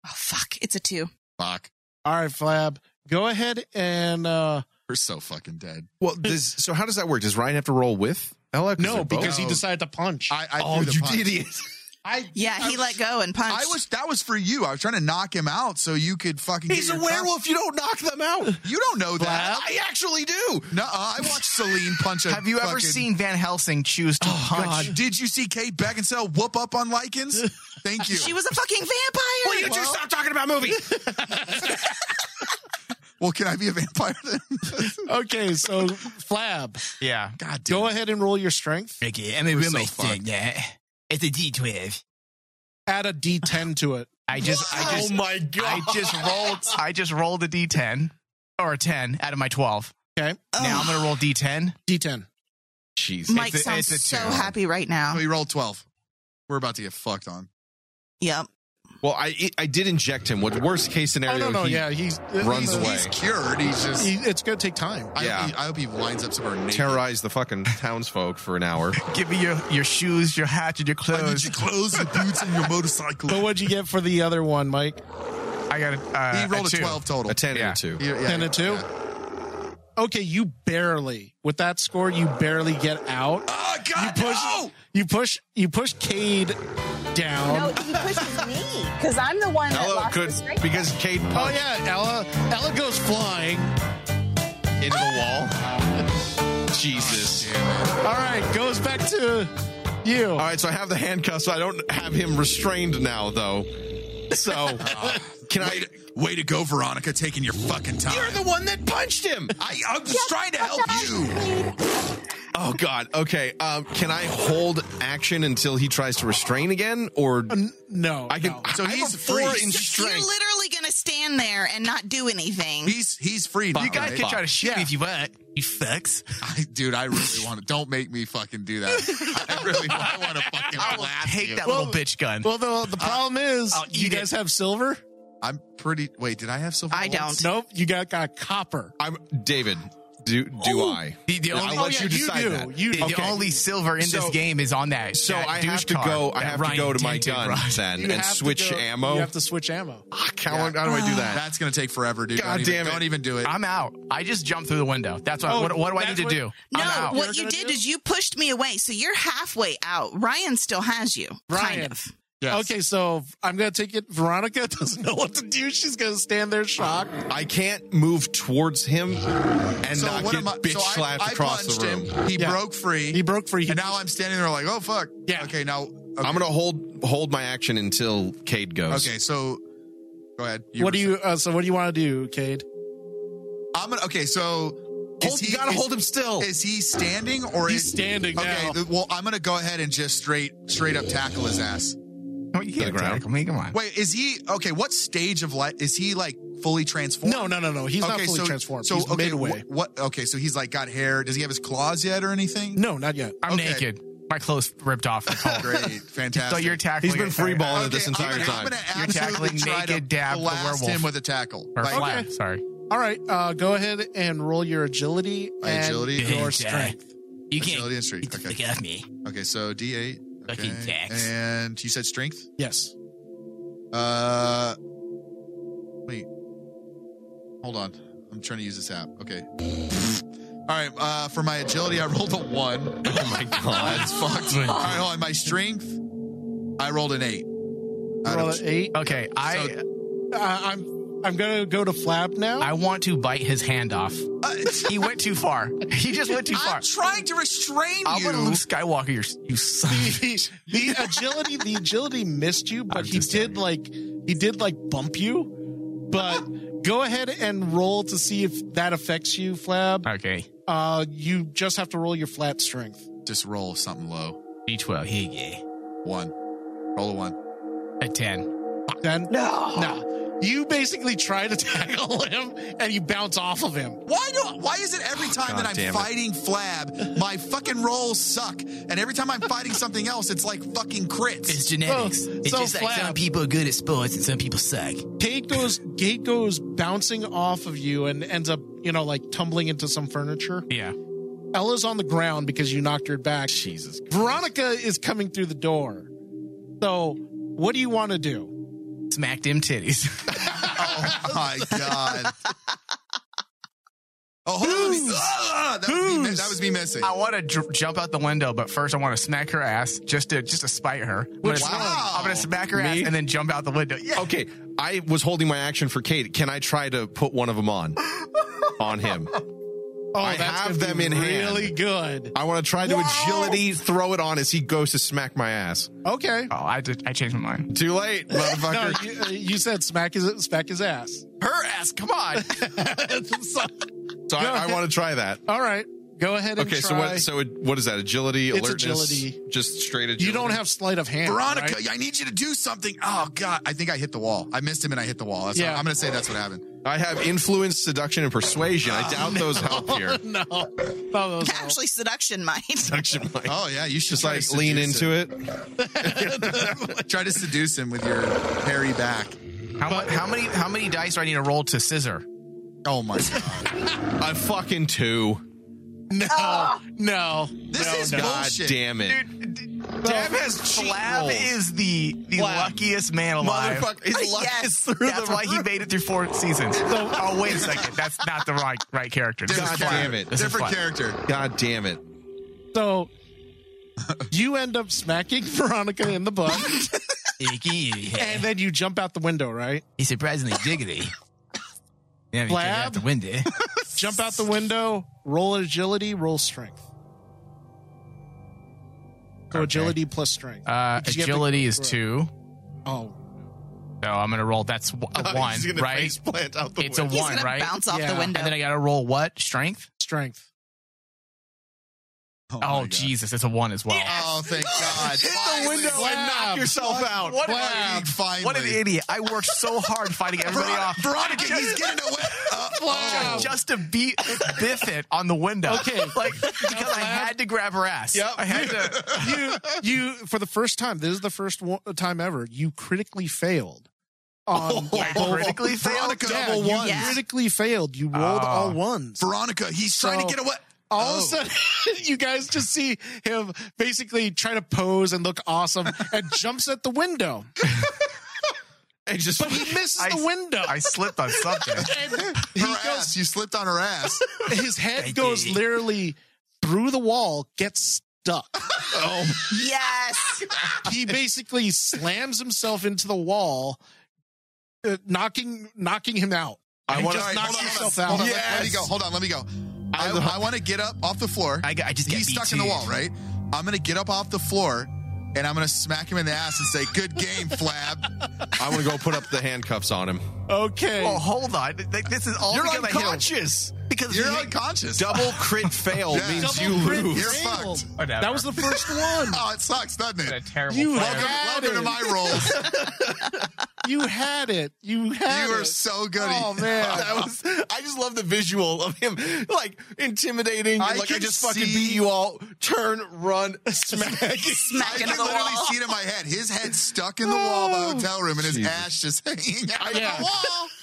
S6: Oh fuck, it's a two.
S1: Fuck.
S7: All right, Flab, go ahead and uh,
S1: We're so fucking dead.
S2: Well, does, so how does that work? Does Ryan have to roll with Ella? they're
S7: no,
S2: both-
S7: because he
S1: No.
S7: decided to punch.
S1: I, I
S2: Oh,
S1: threw the
S2: you
S1: punch.
S2: idiot!
S1: I,
S6: Yeah, he
S1: I-
S6: let go and punched.
S1: I was that was for you. I was trying to knock him out so you could fucking. get
S2: He's a
S1: your comp-
S2: werewolf. You don't knock them
S8: Uh,
S2: out.
S1: You don't know that.
S2: I actually do.
S1: No, I watched Celine punch a.
S8: Have you ever
S1: fucking-
S8: seen Van Helsing choose to punch?
S1: Did you see Kate Beckinsale whoop up on lichens? Thank you.
S6: she was a fucking vampire.
S2: Will you two stop talking about movies?
S1: well, can I be a vampire then?
S7: okay, so Flab,
S8: Yeah.
S1: God damn.
S7: go
S1: it.
S7: ahead and roll your strength.
S8: Ricky, I'm a
S1: We're so roommate fucked. thing,
S8: yeah. It's a D12.
S7: Add a D10 to it.
S8: I just, I
S7: Oh
S8: just,
S2: my
S8: I just rolled, I just rolled a D10 or a 10 out of my 12.
S7: Okay,
S8: Now I'm going to roll D10.
S7: D10.
S2: Jeez.
S6: Mike
S8: It's a-
S6: sounds
S8: it's
S6: so
S8: a two.
S6: happy right now.
S1: We rolled twelve. We're about to get fucked on.
S6: Yep.
S2: Well, I I did inject him. What worst case
S7: Oh
S2: scenario?
S7: no, no,
S2: he-
S7: yeah, he's uh,
S2: runs
S7: he's-
S2: away.
S1: He's cured. He's just.
S7: he- it's gonna take time.
S1: I,
S2: Yeah.
S1: hope he, I hope he winds up somewhere naked.
S2: Terrorize the fucking townsfolk for an hour.
S8: Give me your, your shoes, your hat, and your
S1: I need
S8: clothes.
S1: your clothes, your boots, and your motorcycle.
S7: But what'd you get for the other one, Mike?
S8: I got a, uh,
S1: he rolled a,
S8: two.
S1: twelve total.
S2: A ten
S8: Yeah.
S2: and a two.
S1: Yeah, yeah,
S7: Ten and two.
S1: yeah.
S7: Okay, you barely with that score, you barely get out.
S1: Oh God!
S7: You push,
S1: no!
S7: you push, you push Cade down.
S10: No, he pushes me because I'm the one that
S2: Ella
S10: lost
S2: could
S10: the strength.
S2: because Kate
S7: Oh
S2: punched
S7: yeah, Ella. Ella goes flying.
S2: into the wall. Jesus.
S7: All right, goes back to you.
S2: All right, so I have the handcuffs. So I don't have him restrained now, though. So can I?
S1: Way to, way to go, Veronica, taking your fucking time.
S2: You're the one that punched him.
S1: I, I'm just trying to help you.
S2: Oh God. Okay. Um, can I hold action until he tries to restrain again, or
S7: Uh, No,
S2: I can?
S7: no.
S1: So
S2: I have
S1: he's
S2: a four
S1: free.
S2: in
S6: You're
S2: strength.
S6: literally gonna stand there and not do anything.
S1: He's he's free. now,
S8: You guys
S1: right?
S8: can try to shoot me if you want. You fucks.
S1: I, dude, I really want to. Don't make me fucking do that. I really I want to fucking
S8: I will
S1: blast
S8: take
S1: you.
S8: that
S7: Well-
S8: little bitch gun.
S7: Well, the
S2: Uh,
S7: the problem is,
S8: I'll
S7: you
S8: eat
S7: guys
S8: it.
S7: have silver.
S1: I'm pretty. Wait, did I have silver?
S6: I
S1: bullets?
S6: don't.
S7: Nope, you got got copper. Oh,
S2: I'm uh, David. Do do I?
S8: The, the
S2: I'll
S8: only,
S2: let
S7: yeah,
S2: you
S7: you
S2: decide
S7: do.
S2: that.
S7: You-
S8: the
S7: okay.
S8: only silver in
S2: So-
S8: this game is on that.
S2: so
S8: that
S2: I
S8: douche
S2: have to
S8: card,
S2: go. I
S8: that
S2: have to
S8: Ryan
S2: go to my
S8: Denton
S2: gun
S8: brought.
S2: then
S7: You
S2: and
S7: have to
S2: switch
S7: go-
S2: ammo.
S7: You have to switch ammo.
S2: Fuck, how, long- how do I do that?
S1: That's gonna take forever, dude.
S2: God
S1: don't even,
S2: damn it.
S1: Don't even do it.
S8: I'm out. I just jumped through the window. That's what.
S7: Oh,
S8: what, what do I
S7: that's
S8: need to
S7: what-
S8: do?
S6: No,
S8: I'm out.
S7: You're
S6: what you
S7: gonna
S6: did
S7: do?
S6: is you pushed me away, so you're halfway out. Ryan still has you,
S7: Ryan.
S6: kind of.
S7: Okay, so I'm gonna take it. Veronica doesn't know what to do. She's gonna stand there shocked.
S2: I can't move towards him and
S1: so
S2: not
S1: what
S2: get
S1: am I?
S2: bitch
S1: so I-
S2: slapped
S1: I
S2: across
S1: punched
S2: the room.
S1: Him. He
S7: Yeah.
S1: broke free.
S7: He broke free. He-
S1: And now I'm standing there like, oh fuck.
S7: Yeah.
S1: Okay, now. Okay,
S2: I'm gonna hold hold my action until Cade goes.
S1: Okay, so go ahead.
S7: what
S1: were
S7: do you? Uh, so what do you want to do, Cade?
S1: saying- I'm gonna. Okay, so. is
S2: Hold, you gotta
S1: is-
S2: hold him still.
S1: Is he standing or
S7: He's
S1: is
S7: standing
S1: Okay,
S7: now.
S1: th- well, I'm gonna go ahead and just straight straight up tackle his ass.
S8: Oh, you
S2: To
S8: can't
S2: the ground.
S8: tackle me. Come on.
S1: Wait, is he okay? What stage of life is he like fully transformed?
S7: No, no, no, no. He's not fully transformed. he's
S1: okay,
S7: midway.
S1: wh- what? Okay, so he's like got hair. Does he have his claws yet or anything?
S7: no, not yet.
S8: I'm
S1: okay.
S8: naked. My clothes ripped off. and cold.
S1: Great, fantastic.
S8: so you're tackling.
S2: He's been
S8: it.
S2: free balling
S1: Okay,
S2: it this entire
S1: I'm gonna,
S2: time.
S1: I'm gonna
S8: You're
S1: absolutely
S8: tackling
S1: try to
S8: naked dab the
S1: blast
S8: werewolf.
S1: him with a tackle.
S8: Or
S1: Like,
S8: flat, Sorry.
S7: All right, uh, go ahead and roll your agility
S1: My
S7: and
S1: agility?
S7: your
S8: Yeah.
S7: strength.
S8: You
S1: Agility and strength.
S8: get the
S1: Okay.
S8: fuck off me.
S1: Okay. So D8.
S8: Fucking
S1: Okay.
S8: jacks.
S1: And you said strength.
S7: Yes.
S1: Uh, wait. Hold on. I'm trying to use this app. Okay. All right. Uh, for my agility, I rolled a one.
S2: Oh my god,
S1: that's fucked. All right, hold on. My strength, I rolled an eight. Out
S7: Roll
S1: of-
S7: an eight.
S8: Okay, I
S7: I, I'm I'm gonna go to flap now.
S8: I want to bite his hand off. he went too far. He just went too far.
S1: I'm trying to restrain
S8: I'm
S1: you.
S8: gonna Luke Skywalker. You're, you son. of a-
S7: the, the agility the agility missed you, but
S8: was
S7: he
S8: just
S7: did like he did like bump you. But go ahead and roll to see if that affects you, Flab.
S8: Okay.
S7: Uh, you just have to roll your flat strength.
S1: Just roll something low.
S8: D12. Hey, yeah.
S1: One. Roll a one.
S8: A 10.
S7: Then no, no. You basically try to tackle him and you bounce off of him.
S1: Why do? Why is it every time
S2: God
S1: that I'm
S2: damn it.
S1: fighting Flab, my fucking rolls suck, and every time I'm fighting something else, it's like fucking crits.
S8: It's genetics.
S7: So-
S8: it's
S7: so
S8: just like
S7: flab.
S8: some people are good at sports and some people suck.
S7: Kate goes Kate goes bouncing off of you and ends up, you know, like tumbling into some furniture.
S8: Yeah.
S7: Ella's on the ground because you knocked her back. Jesus. Veronica is coming through the door. So, what do you want to do?
S8: Smacked him titties.
S1: Oh my god. Oh, hold on. let me- Ah, that, was me, mi- that was me missing.
S8: I want to dr- jump out the window, but first I want to smack her ass just to just to spite her. I'm gonna,
S1: Wow.
S8: I'm gonna smack her
S2: Me?
S8: ass and then jump out the window. Yeah.
S2: Okay, I was holding my action for Kate. Can I try to put one of them on? On him.
S7: Oh,
S2: I have
S7: gonna
S2: them
S7: be
S2: in hand.
S7: really good.
S2: I want to try to agility throw it on as he goes to smack my ass.
S7: Okay.
S8: Oh, I did, I changed my mind.
S2: Too late,
S7: No,
S2: motherfucker.
S7: you, uh, you said smack his smack his ass.
S8: Her ass. Come on.
S7: So-
S2: so
S7: go
S2: I, I
S7: ahead.
S2: want to try that.
S7: all right, go ahead and
S2: Okay, so
S7: try.
S2: what? So it, what is that? Agility,
S7: It's
S2: alertness,
S7: agility.
S2: just straight agility.
S7: you don't have sleight of hand,
S1: Veronica,
S7: right?
S1: I need you to do something. Oh god, I think I hit the wall. I missed him and I hit the wall. That's
S7: Yeah.
S1: I'm gonna say that's what happened.
S2: I have influence, seduction, and persuasion. I doubt those help here.
S7: No, no, those don't.
S6: Actually, seduction might.
S2: Seduction might
S1: Oh yeah, you should
S2: just
S1: try
S2: like
S1: to
S2: lean
S1: seduce
S2: into
S1: him.
S2: it.
S1: Try to seduce him with your hairy back.
S8: How, mu- how many how many dice do I need to roll to scissor?
S1: Oh my god,
S2: A fucking two.
S7: no, no.
S1: this is
S2: God
S1: bullshit.
S2: damn it,
S8: Dab has Flab is the the luckiest man alive.
S2: motherfucker! His luck
S6: Yes.
S2: is through
S8: That's
S2: the
S8: why he
S2: roof.
S8: made it through four seasons. oh wait a second, that's not the right right character. This
S2: God
S8: is Flab.
S2: damn it.
S8: This is
S1: Different
S8: Flab.
S1: character.
S2: God damn it!
S7: So you end up smacking Veronica in the butt, and then you jump out the window, right?
S8: He's surprisingly diggity. Yeah,
S7: Flab? out the
S8: window.
S7: Jump out the window, roll agility, roll strength. So
S8: Okay.
S7: agility plus strength.
S8: Uh,
S7: Because you have to-
S8: agility is two.
S7: Oh,
S8: So I'm gonna roll. That's w- a one,
S2: He's gonna
S8: right?
S2: face plant out the
S8: It's a
S2: window.
S6: He's
S8: one,
S6: gonna
S8: right?
S6: bounce off
S7: Yeah.
S6: the window.
S8: And then I gotta roll what? Strength?
S7: strength.
S1: Oh, my
S8: Oh,
S1: God.
S8: Jesus, it's a one as well.
S1: Oh, thank God.
S2: Hit the window and knock
S7: Flab.
S2: yourself out.
S8: What,
S1: Fucking finally.
S8: what an idiot! I worked so hard fighting everybody off.
S1: Veronica, he's getting away. Uh,
S8: Ju- just to beat Biff it on the window.
S7: Okay.
S8: Like, because I had to grab her ass.
S7: Yep.
S8: I had to.
S7: You, you, for the first time, this is the first one, time ever, you critically failed. On
S8: I
S7: both-
S8: critically failed.
S1: Veronica,
S7: Yeah,
S1: double
S7: you
S1: ones.
S7: critically failed. You rolled
S8: Ah.
S7: all ones.
S1: Veronica, he's trying
S7: So-
S1: to get away.
S7: all
S1: Oh.
S7: of a sudden you guys just see him basically try to pose and look awesome and jumps at the window
S2: And just
S7: but he misses
S8: I-
S7: the window
S8: I slipped on something.
S7: and he
S1: Her
S7: goes,
S1: ass. You slipped on her ass.
S7: his head goes literally through the wall gets stuck
S6: yes.
S7: he basically slams himself into the wall uh, knocking knocking him out
S2: I
S7: He
S2: wanna-
S7: just
S2: All right,
S7: knocks
S1: hold on,
S7: himself
S1: hold on,
S7: out
S1: Hold on, let, let me go. Hold on, let me go. I,
S2: I-
S1: I, want to get up off the floor.
S8: I, got- I just got
S1: he's stuck in the
S8: BT'd.
S1: wall, right? I'm gonna get up off the floor and I'm gonna smack him in the ass and say, "Good game, Flab."
S2: I want to go put up the handcuffs on him.
S7: okay
S8: Oh, hold on. Like, This is all
S2: You're
S8: because
S2: unconscious.
S8: I hit him. Because
S1: You're
S8: he-
S1: unconscious.
S2: Double crit fail
S1: Yeah.
S2: means
S1: Double
S2: you
S7: Crit
S2: lose.
S1: You're
S7: failed.
S1: fucked.
S8: Whatever.
S7: that was the first one
S1: Oh, it sucks, doesn't
S8: a
S1: it?
S8: terrible
S7: You-
S8: player.
S1: Welcome,
S7: had
S1: welcome to
S7: it.
S1: my rolls.
S7: you had it you had
S1: You
S7: it
S1: are so good.
S7: Oh, man.
S2: That was. I just love the visual of him, like intimidating.
S1: I
S2: like I
S1: can
S2: just fucking
S1: see-
S2: beat you all. Turn, run, smack.
S1: I
S6: Smack
S1: can
S6: into the
S1: literally
S6: wall.
S1: see it in my head. His head stuck in the wall of the hotel room, and his
S2: Jesus.
S1: ass just hanging out
S7: Yeah.
S1: the wall.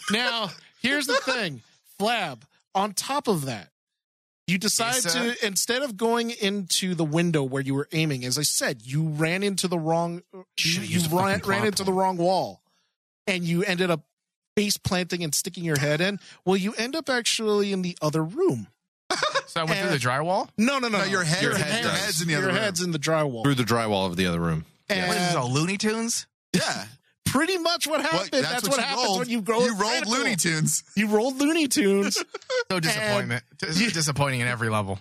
S7: Now, here's the thing, Flab. On top of that, you decide
S8: Yes, sir.
S7: to instead of going into the window where you were aiming, as I said, you ran into the wrong you,
S2: Should've used a
S7: ran,
S2: fucking
S7: ran into the wrong wall, and you ended up face planting and sticking your head in, well, you end up actually in the other room.
S8: So I went through the drywall.
S7: No, no, no.
S1: No, your head- your head does.
S7: your head's in the drywall.
S2: Through the drywall of the other room.
S7: And
S8: What is this, all Looney Tunes?
S1: Yeah.
S7: pretty much what happened.
S1: that's
S7: that's,
S1: what
S7: what,
S1: you
S7: happens
S1: rolled.
S7: when you grow.
S1: You rolled Looney Tunes.
S7: You rolled Looney Tunes,
S8: So disappointment. Dis- disappointing in every level.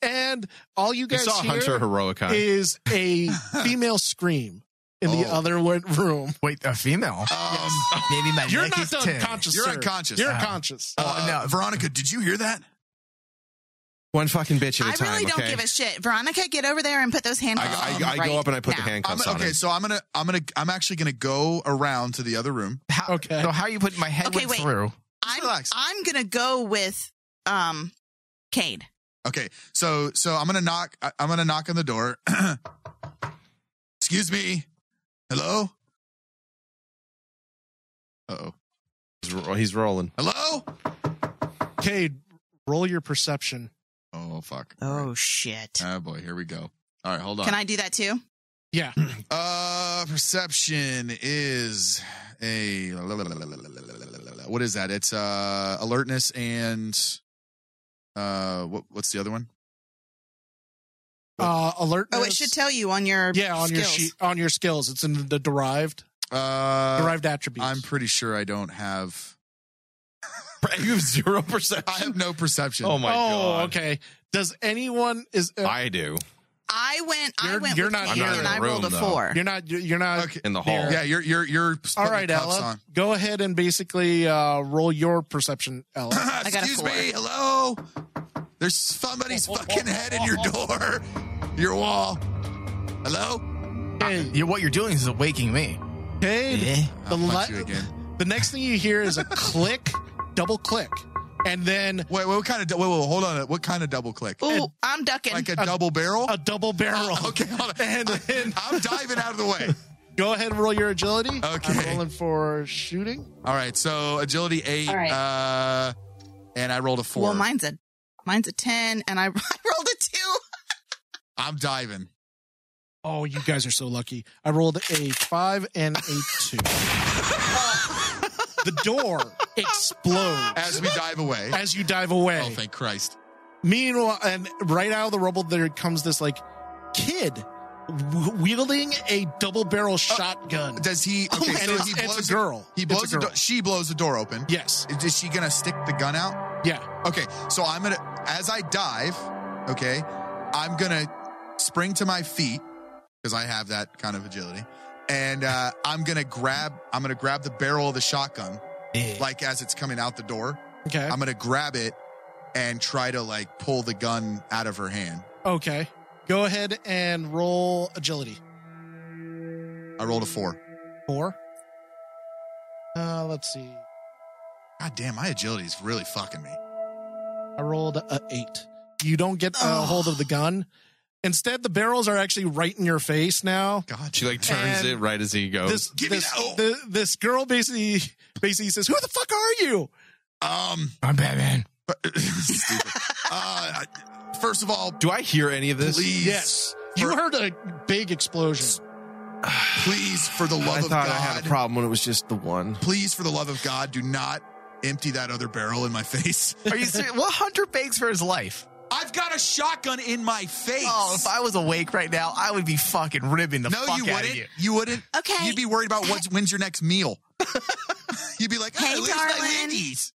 S7: and all you guys
S2: saw
S7: hear
S2: Hunter Heroica.
S7: is a female scream in the
S1: Oh.
S7: other one room.
S8: Wait, a female?
S1: Um,
S8: Maybe my
S7: You're
S8: neck
S7: not
S8: is ten.
S7: unconscious.
S1: You're
S7: sir.
S1: unconscious.
S7: You're
S1: Ah.
S7: unconscious.
S1: uh,
S8: no.
S1: Veronica, did you hear that?
S2: One fucking bitch at a
S6: I
S2: time.
S6: really don't
S2: okay?
S6: give a shit. Veronica, get over there and put those handcuffs.
S2: I,
S6: on
S2: I, I
S6: right
S2: go up and I put the
S6: now.
S1: I'm,
S2: handcuffs on.
S1: okay,
S2: him.
S1: so I'm gonna, I'm gonna, I'm actually gonna go around to the other room.
S8: How,
S7: Okay.
S8: So how you put my head
S6: Okay,
S8: went
S6: wait.
S8: through?
S6: I'm,
S1: relax.
S6: I'm gonna go with um, Cade.
S1: Okay, so, so I'm gonna knock, I, I'm gonna knock on the door. Excuse me. Hello. Uh oh.
S2: He's ro- He's rolling.
S1: Hello.
S7: Cade, roll your perception.
S1: Oh fuck.
S6: Oh shit!
S2: Uh,
S1: Oh boy, here we go. All right, hold on.
S6: Can I do that too?
S7: Yeah,
S1: Uh, perception is a what is that? It's uh alertness and uh what what's the other one?
S7: uh, alertness.
S6: Oh, it should tell you on your
S7: Yeah, on your
S6: skills.
S7: sheet, on your skills. It's in the derived
S1: Uh,
S7: derived attributes.
S1: I'm pretty sure I don't have.
S2: You have zero percent.
S1: I have no perception.
S2: Oh my
S7: oh,
S2: god.
S7: okay. Does anyone is uh,
S2: I do.
S6: I went. I
S7: You're-
S6: went.
S7: you're
S6: with
S7: not
S6: Cade
S7: here.
S6: and I
S2: I'm not in
S6: rolled
S2: the
S6: a
S2: room,
S6: four.
S7: you're not you're not
S1: Okay.
S2: In the hall.
S1: Yeah, you're you're you're.
S7: All
S1: putting
S7: right,
S1: cuffs
S7: Ella.
S1: on.
S7: Go ahead and basically uh, roll your perception, Ella.
S6: I got a
S1: Excuse
S6: four.
S1: me. Hello. There's somebody's fucking head in your door, your wall. Hello.
S7: Hey,
S8: You, what you're doing is awaking me.
S7: Cade,
S8: Yeah.
S7: the,
S1: I'll punch
S7: li-
S1: you again.
S7: the next thing you hear is a click, double click, and then
S1: Wait, what kind of? du- Wait, wait, hold on. What kind of double click?
S6: Ooh, I'm ducking.
S1: Like a double barrel?
S7: a double barrel.
S1: Uh, Okay, hold on.
S7: And
S1: I-
S7: then
S1: I'm diving out of the way.
S7: go ahead and roll your agility.
S1: Okay.
S7: I'm rolling for shooting.
S1: All right, so agility eight,
S6: All right.
S1: uh, and I rolled a four.
S6: well, mine's a mine's a ten, and I, I rolled a two.
S1: I'm diving.
S7: Oh, you guys are so lucky. I rolled a five and a two. the door explodes
S1: As we dive away.
S7: as you dive away.
S1: Oh, thank Christ.
S7: Meanwhile, and right out of the rubble, there comes this like kid w- wielding a double
S1: Uh,
S7: barrel shotgun.
S1: Does he? Okay,
S7: and
S1: so
S7: Oh it's,
S1: he
S7: it's
S1: blows
S7: a girl.
S1: He
S7: It's a
S1: blows the
S7: girl.
S1: door. She blows the door open.
S7: Yes.
S1: Is she gonna stick the gun out?
S7: Yeah.
S1: Okay, so I'm gonna as I dive. Okay, I'm gonna spring to my feet because I have that kind of agility, and uh, I'm gonna grab. I'm gonna grab the barrel of the shotgun, like as it's coming out the door.
S7: Okay.
S1: I'm gonna grab it and try to like pull the gun out of her hand.
S7: okay. Go ahead and roll agility.
S1: I rolled a four.
S7: Four. Uh, let's see.
S1: God damn, my agility is really fucking me.
S7: I rolled a eight. You don't get uh, a hold of the gun. Instead, the barrels are actually right in your face now.
S1: God,
S2: She like turns
S7: And
S2: it right as he goes.
S7: This
S1: give me
S7: this,
S1: that- oh.
S7: the, this girl basically basically says, "Who the fuck are you?"
S1: um,
S8: I'm Batman.
S1: stupid. uh, I- first of all,
S2: do I hear any of this?
S1: please,
S7: Yes. You
S1: For-
S7: heard a big explosion.
S1: please, for the love
S2: I
S1: of
S2: thought
S1: God,
S2: I had a problem when it was just the one.
S1: please, for the love of God, do not empty that other barrel in my face.
S8: Are you serious? Well, Hunter begs for his life.
S1: I've got a shotgun in my face.
S8: Oh, if I was awake right now, I would be fucking ribbing the
S1: no,
S8: fuck
S1: you
S8: out
S1: wouldn't.
S8: of you.
S1: wouldn't.
S6: Okay.
S1: You'd be worried about what's, when's your next meal. You'd be like,
S6: Hey,
S1: at least my
S6: darling.
S1: Wendy's.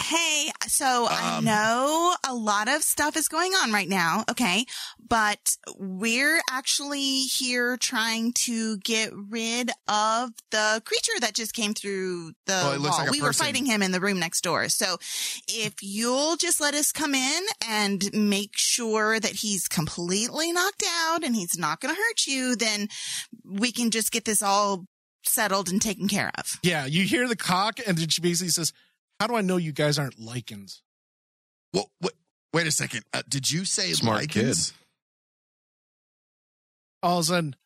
S6: Hey, so I
S1: Um,
S6: know a lot of stuff is going on right now, okay? But we're actually here trying to get rid of the creature that just came through the
S1: Well, it
S6: wall.
S1: looks like a
S6: we were
S1: person.
S6: fighting him in the room next door. So if you'll just let us come in and make sure that he's completely knocked out and he's not going to hurt you, then we can just get this all settled and taken care of.
S7: Yeah, you hear the cock, and then she basically says, "How do I know you guys aren't lichens?"
S1: What, what, wait a second. Uh, did you say
S2: Smart
S1: lichens?
S7: All of a sudden,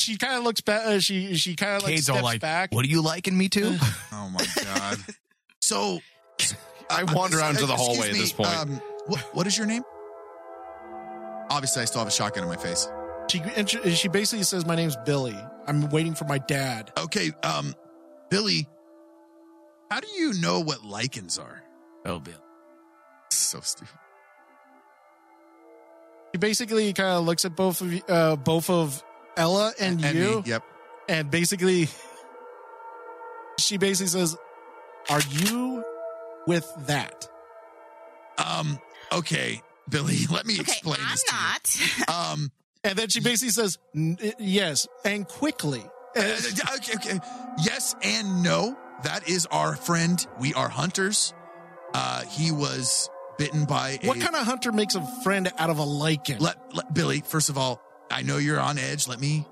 S7: she kind of looks back. Uh, she she kind of like
S8: Cade's
S7: steps
S8: all like,
S7: back.
S8: "What are you liking me to?"
S1: Oh my god. so uh,
S2: I wander out into the
S1: Excuse
S2: hallway at
S1: me,
S2: this point.
S1: Um, what, what is your name? Obviously, I still have a shotgun in my face.
S7: She and she- she basically says, "My name's Billy. I'm waiting for my dad."
S1: Okay. Um, Billy, how do you know what lichens are?
S8: Oh, Bill.
S1: So stupid.
S7: He basically kind of looks at both of you- uh, both of Ella and,
S1: And
S7: you.
S1: me, yep.
S7: And basically, she basically says, "Are you with that?"
S1: Um. Okay, Billy. Let me explain.
S6: I'm
S1: this
S6: not.
S1: To you. Um.
S7: And then she basically says, "N- "Yes," and quickly.
S1: uh, okay, okay. Yes and no. That is our friend. We are hunters. Uh, he was bitten by a
S7: What kind of hunter makes a friend out of a lichen?
S1: Let, let- Billy, first of all, I know you're on edge. Let me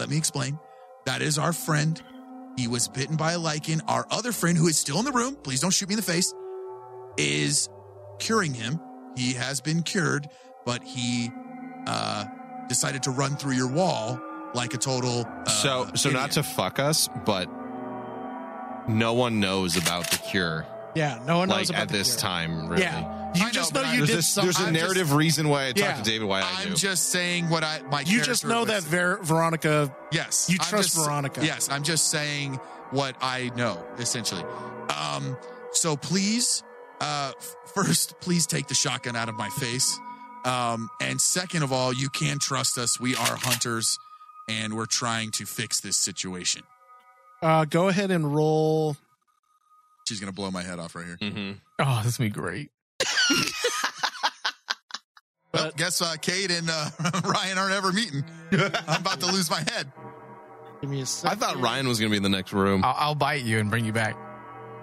S1: let me explain. That is our friend. He was bitten by a lichen. Our other friend, who is still in the room, please don't shoot me in the face, is curing him. He has been cured, but he uh, decided to run through your wall like a total. Uh,
S2: so so not to fuck us, but no one knows about the cure.
S7: yeah, no one knows
S2: like
S7: about
S2: at
S7: the
S2: this
S7: cure.
S2: time, really.
S7: Yeah, you
S1: I
S7: just
S1: know,
S7: know,
S1: but I-
S7: you
S2: There's,
S7: did
S2: this,
S7: something.
S2: there's a
S1: I'm
S2: narrative reason why I talk
S7: Yeah.
S2: to David why I
S1: I'm
S2: do.
S1: just saying what I my.
S7: You just
S1: character
S7: know
S1: would
S7: that
S1: say.
S7: Ver- Veronica
S1: Yes.
S7: You
S1: I'm
S7: trust
S1: just-
S7: Veronica.
S1: Yes, I'm just saying what I know, essentially. Um, so please, uh, f- first, please take the shotgun out of my face. Um, and second of all, you can trust us. We are hunters and we're trying to fix this situation.
S7: Uh, go ahead and roll.
S1: She's going to blow my head off right here.
S2: Mhm.
S8: Oh, this is gonna be great.
S1: Well, guess uh, Cade and uh, Ryan aren't ever meeting. I'm about to lose my head.
S7: Give me a second.
S2: I thought Ryan was going to be in the next room.
S8: I'll, I'll bite you and bring you back.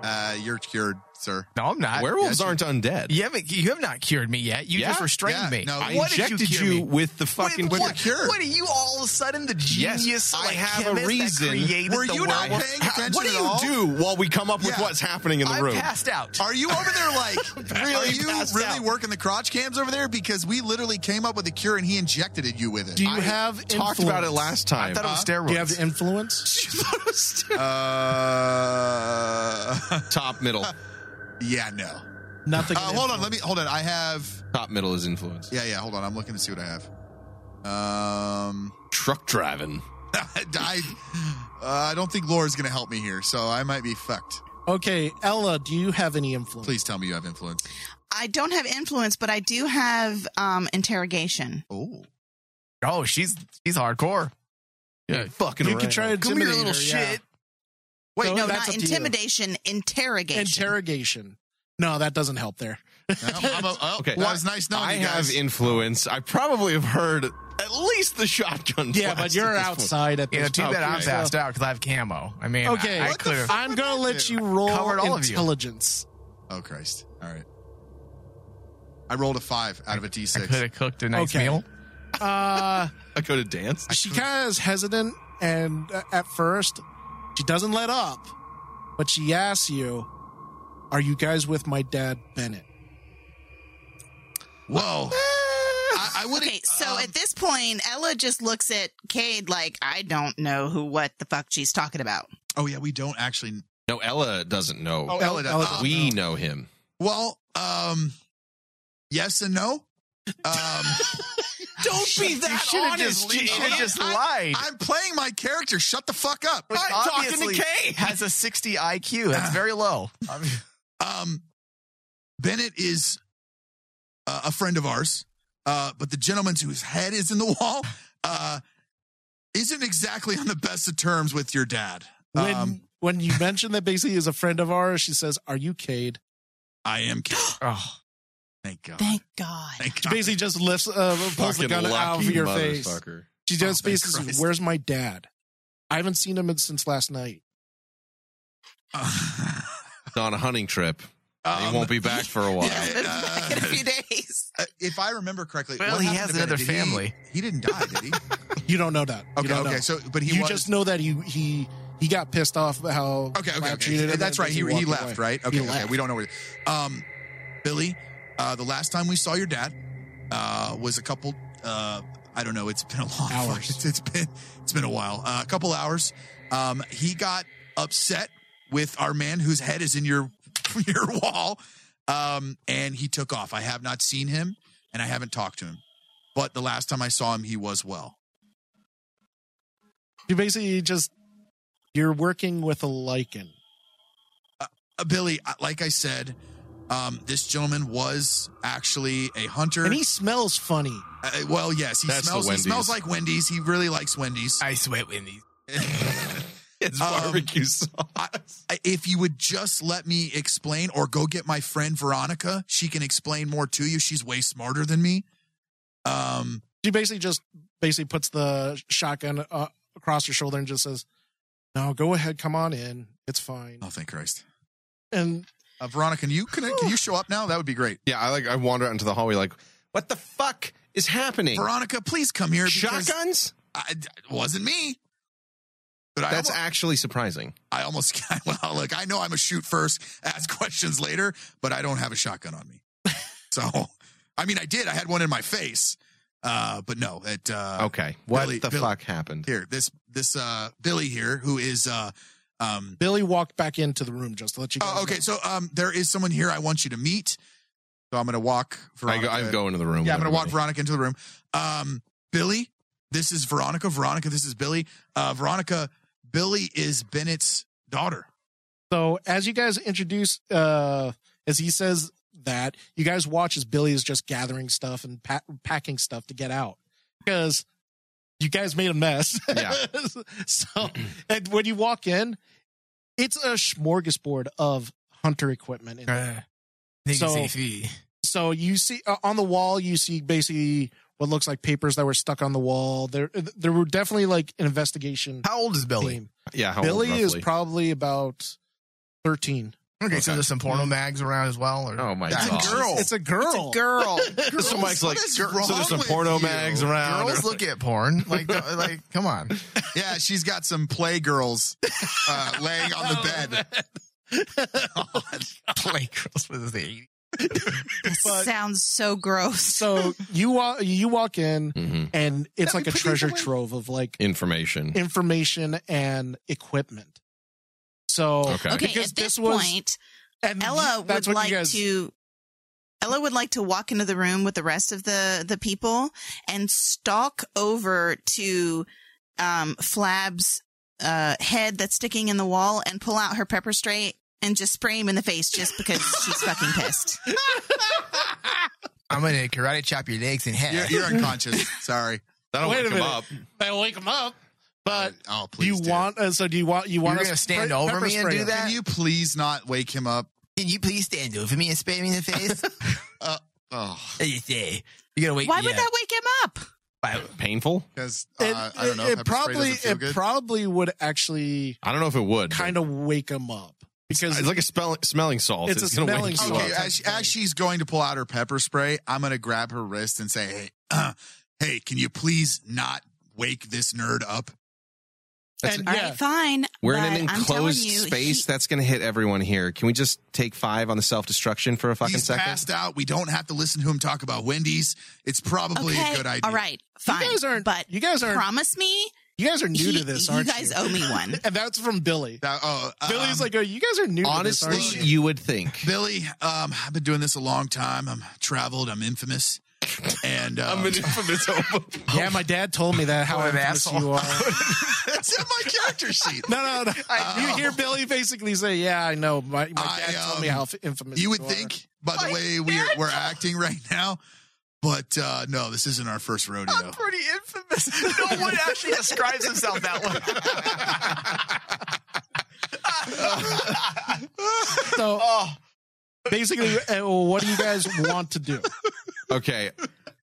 S1: Uh, you're cured, sir.
S8: No, I'm not.
S2: Werewolves
S8: Yes,
S2: aren't undead.
S8: You haven't. You have not cured me yet. You
S2: Yeah.
S8: just restrained
S1: Yeah,
S8: me.
S1: no,
S2: I
S8: What did you
S2: injected
S8: cure
S2: you,
S8: me?
S2: with the fucking
S8: with
S1: the
S8: what,
S1: cure.
S8: What are you all of a sudden the
S2: Yes,
S8: genius?
S2: I
S8: like,
S2: have a
S8: chemist that
S2: reason.
S8: created
S1: Were
S8: the
S1: you not
S8: world?
S1: paying
S2: How-
S1: attention
S2: what do
S1: at
S2: you
S1: all?
S2: do while we come up with
S1: Yeah.
S2: what's happening in the
S8: I
S2: room?
S8: passed out.
S1: Are you over there like
S8: Really
S1: Are you
S8: passed
S1: really
S8: out.
S1: working the crotch cams over there? Because we literally came up with a cure and he injected it you with it.
S7: Do you
S2: I
S7: have influence?
S2: talked about it last time.
S8: I thought it was steroids.
S7: Do you have the influence?
S1: Uh,
S2: top middle.
S1: yeah, no.
S7: Nothing.
S1: Uh, hold on, let me hold on. I have.
S2: top middle is influence.
S1: Yeah, yeah. Hold on, I'm looking to see what I have. Um,
S2: Truck driving.
S1: I, uh, I don't think Laura's gonna help me here, so I might be fucked.
S7: Okay, Ella, do you have any influence?
S1: Please tell me you have influence.
S6: I don't have influence, but I do have um, interrogation.
S1: Oh,
S8: Oh, she's she's hardcore.
S2: Yeah, fucking.
S7: You can try to
S8: Come here,
S7: intimidate
S8: little
S7: her, yeah.
S8: shit.
S6: Wait,
S7: So
S6: no,
S7: that's up
S6: not
S7: to you.
S6: intimidation, interrogation.
S7: Interrogation. No, that doesn't help there.
S1: I'm a- oh,
S2: Okay.
S1: That was nice knowing
S2: I
S1: you guys.
S2: have influence. I probably have heard at least the shotgun.
S7: Yeah,
S2: blast
S7: but
S2: at
S7: you're
S2: this point.
S7: outside at
S8: You
S7: this
S8: know, too
S7: point.
S8: bad I'm
S2: Okay.
S8: passed out because I have camo. I mean,
S7: Okay.
S8: I, I
S7: What the
S8: could have.
S7: I'm gonna let you roll
S8: Covered all of you.
S7: intelligence.
S1: Oh Christ! All right. I rolled a five out of a
S8: I
S1: d6.
S8: could have cooked a nice
S7: Okay.
S8: meal.
S7: Uh,
S2: I could have danced.
S7: she kind of is hesitant, and uh, at first, she doesn't let up, but she asks you, "Are you guys with my dad, Bennett?"
S1: Whoa! I, I wouldn't.
S6: Okay, so
S1: um,
S6: at this point, Ella just looks at Cade like, I don't know who what the fuck she's talking about.
S1: oh yeah, we don't actually.
S2: no, Ella doesn't know.
S1: Oh, Ella.
S7: Ella
S1: does.
S2: we know him.
S1: Well, um, yes and no. Um,
S2: Don't be
S8: You should have just, you should've just lied.
S1: I'm playing my character. Shut the fuck up.
S8: Which
S2: I'm talking to
S8: obviously
S2: Kay.
S8: Has a 60 IQ. That's very low.
S1: Um, Bennett is uh, a friend of ours, uh, but the gentleman whose head is in the wall uh, isn't exactly on the best of terms with your dad.
S7: When
S1: Um,
S7: when you mention that basically is a friend of ours, she says, "Are you Cade?"
S1: I am. kidding.
S8: oh,
S1: Thank
S7: Oh.
S1: God.
S6: Thank God.
S1: Thank
S7: She
S1: God.
S7: basically just lifts, uh, pulls the
S2: Fucking
S7: gun out of
S2: lucky
S7: your face.
S2: motherfucker.
S7: She just
S1: Oh, thank
S7: basically says,
S1: Christ.
S7: "Where's my dad? I haven't seen him since last night."
S1: Uh,
S2: on a hunting trip. He
S1: um, uh,
S2: won't be back for a while.
S1: Yeah.
S6: Been back in a few days.
S1: uh, if I remember correctly,
S8: Well,
S1: what
S8: he
S1: happened
S8: has
S1: to Bennett?
S8: another
S1: Did he-
S8: family.
S1: He, didn't die, did he?
S7: You don't know that. You
S1: Okay,
S7: don't
S1: okay.
S7: know.
S1: So, but he
S7: you
S1: was-
S7: just know that he he he got pissed off at how
S1: Okay, okay,
S7: Lab
S1: okay.
S7: treated him and
S1: That's right. He,
S7: basically
S1: he
S7: walked
S1: left,
S7: away.
S1: right? Okay,
S7: He
S1: okay.
S7: left.
S1: We don't know where. Um, Billy, uh, the last time we saw your dad uh, was a couple. Uh, I don't know. It's been a long
S7: Hours.
S1: It's, it's been it's been a while. Uh, a couple hours. Um, he got upset with our man whose head is in your your wall, um, and he took off. I have not seen him, and I haven't talked to him. But the last time I saw him, he was well.
S7: She basically just You're working with a lichen.
S1: Uh, Billy, uh, like I said, um, this gentleman was actually a hunter.
S7: And he smells funny.
S1: Uh, well, yes, he
S2: That's the
S1: smells. He
S2: Wendy's.
S1: smells like Wendy's. He really likes Wendy's.
S8: I sweat Wendy's.
S2: It's
S1: Um,
S2: barbecue sauce.
S1: I- if you would just let me explain or go get my friend Veronica, she can explain more to you. She's way smarter than me. Um,
S7: She basically just basically puts the shotgun uh, across her shoulder and just says, "No, go ahead, come on in. It's fine."
S1: oh, thank Christ.
S7: And
S1: Uh, Veronica, can you connect? Can you show up now? That would be great.
S2: Yeah, I like I wander out into the hallway like, what the fuck is happening?
S1: Veronica, please come here. because
S2: Shotguns?
S1: I, it wasn't me. But I
S2: That's
S1: almo-
S2: actually surprising.
S1: I almost well, look, I know I'm a shoot first, ask questions later, but I don't have a shotgun on me. So, I mean, I did. I had one in my face, uh, but no. It uh,
S2: Okay. What
S1: Billy-
S2: the
S1: Billy-
S2: fuck happened?
S1: here, this this uh, Billy here, who is uh, um,
S7: Billy walked back into the room just to let you. Guys
S1: oh, okay. So, um, there is someone here I want you to meet. So I'm gonna walk.
S2: I go, I'm going to the room.
S1: Yeah, I'm
S2: with
S1: gonna walk
S2: everybody.
S1: Veronica into the room. Um, Billy, this is Veronica. Veronica, this is Billy. Uh, Veronica, Billy is Bennett's daughter.
S7: So as you guys introduce, uh, as he says that, you guys watch as Billy is just gathering stuff and pa- packing stuff to get out because you guys made a mess.
S2: Yeah.
S7: so, and when you walk in, it's a smorgasbord of hunter equipment. in
S8: Uh, nigga
S7: So-
S8: safety.
S7: so you see uh, on the wall you see basically what looks like papers that were stuck on the wall there uh, there were definitely like an investigation
S8: How old is Billy?
S7: team.
S2: Yeah, how old
S7: billy is
S2: roughly?
S7: probably about 13
S8: Okay, so there's some porno mags around as well. Or
S2: Oh my
S1: That's a
S2: god.
S1: girl.
S7: it's a girl
S8: girl.
S2: So Mike's like,
S1: is
S2: "Gir- so
S1: wrong
S2: there's some
S1: with
S2: porno
S1: you?"
S2: mags around.
S8: Girls look at porn. Like, don't- like, come on.
S1: Yeah, she's got some playgirls uh, laying on the bed.
S8: Play girls with the eighties.
S7: But-
S6: Sounds so gross.
S7: so you walk you walk in
S2: Mhm.
S7: and it's
S8: That
S7: like
S8: we
S7: a
S8: put these
S7: treasure
S8: away.
S7: trove of like
S2: Information.
S7: information and equipment so
S2: Okay.
S6: okay,
S7: because
S6: at this,
S7: this was-
S6: point,
S7: and
S6: Ella
S7: that's
S6: would
S7: what
S6: like
S7: you guys,
S6: to. Ella would like to walk into the room with the rest of the the people and stalk over to um, Flab's uh, head that's sticking in the wall and pull out her pepper spray and just spray him in the face just because she's fucking pissed.
S8: I'm gonna karate chop your legs in half.
S1: You're, you're unconscious. Sorry.
S2: That'll
S7: Wait
S2: wake
S7: a
S2: him
S7: minute.
S2: up.
S7: I'll wake him up but
S1: oh,
S7: do
S1: please.
S7: you
S1: do.
S7: want uh, so do you want you want
S8: You're
S7: us
S8: gonna
S7: to
S8: stand
S7: spray-
S8: over
S7: pepper
S8: me and
S7: spray
S8: do
S7: him?
S8: that?
S1: Can you please not wake him up?
S8: Can you please stand over me and spray me in the face?
S1: Oh,
S8: What do you say? You're gonna wake
S6: Why
S8: me
S6: would
S8: up.
S6: that wake him up?
S2: Painful?
S1: because
S7: It,
S1: uh, I don't know.
S7: it-
S1: pepper spray
S7: it probably
S1: doesn't feel
S7: it
S1: good.
S7: probably would actually
S2: I don't know if it would. but
S7: kind of wake him up because
S2: It's like a spell- smelling salt.
S7: It's a
S2: gonna wake
S7: smelling
S2: you
S7: salt.
S2: up.
S1: okay, as, as she's going to pull out her pepper spray, I'm going to grab her wrist and say, "Hey, hey, can you please not wake this nerd up?"
S7: and
S6: All right,
S7: yeah,
S6: fine.
S2: We're in an
S6: but I'm
S2: enclosed
S6: telling you,
S2: space.
S6: he-
S2: That's going to hit everyone here. Can we just take five on the self destruction for a fucking
S1: He's
S2: second?
S1: passed out. We don't have to listen to him talk about Wendy's. It's probably
S6: okay,
S1: a good idea.
S6: All right, fine.
S7: you guys aren't
S6: but
S7: you guys aren't
S6: promise me
S7: you guys are new
S6: he-
S7: to this, aren't
S6: you
S7: you?
S6: guys owe me one.
S7: and that's from Billy.
S1: That- oh,
S7: Billy's
S1: um,
S7: like, oh, you guys are new. to this,
S2: Honestly,
S7: aren't you?
S2: you would think.
S1: Billy, um, I've been doing this a long time. I'm traveled. I'm infamous. And um,
S2: infamous
S7: yeah, my dad told me that. How
S8: What an
S7: infamous
S8: asshole.
S7: you are.
S1: it's in my character sheet.
S7: No, no, no. you hear Billy basically say, "Yeah, I know. My, my
S1: I,
S7: dad told me
S1: um,
S7: how f- infamous
S1: You would
S7: are."
S1: think, by the way, we're we're acting right now, but uh, no, this isn't our first rodeo.
S8: pretty infamous. No one actually describes himself that way.
S7: so.
S1: Oh.
S7: Basically, uh, what do you guys want to do?
S2: okay,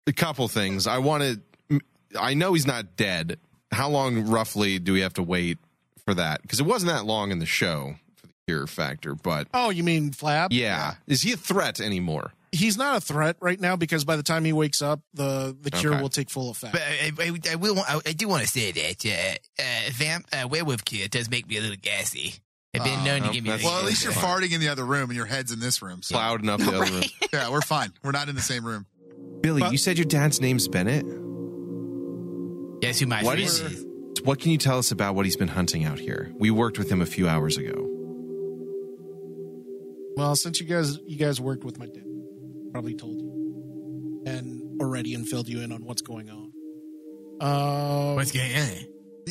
S2: a couple things. I want to. I know he's not dead. How long roughly do we have to wait for that? Because it wasn't that long in the show for the cure factor. But
S7: Oh, you mean Flab?
S2: yeah, is he a threat anymore?
S7: he's not a threat right now because by the time he wakes up, the the cure
S2: Okay.
S7: will take full effect.
S8: but I, I, I will. I, I do want to say that uh, uh, vamp uh, werewolf kid does make me a little gassy. I've been
S1: Oh,
S8: known
S2: no,
S8: to give me. a
S2: that's-
S8: little
S1: Well, at least you're
S8: gassy.
S1: farting in the other room and your head's in this room. So
S2: Plowed and up the other room.
S1: yeah, we're fine. We're not in the same room.
S2: Billy,
S7: But-
S2: you said your dad's name's Bennett.
S8: Guess who my
S2: What
S8: friend
S2: is-
S8: is?
S2: What can you tell us about what he's been hunting out here? We worked with him a few hours ago.
S7: Well, since you guys you guys worked with my dad, probably told you and already and filled you in on what's going on. Uh,
S8: What's going on?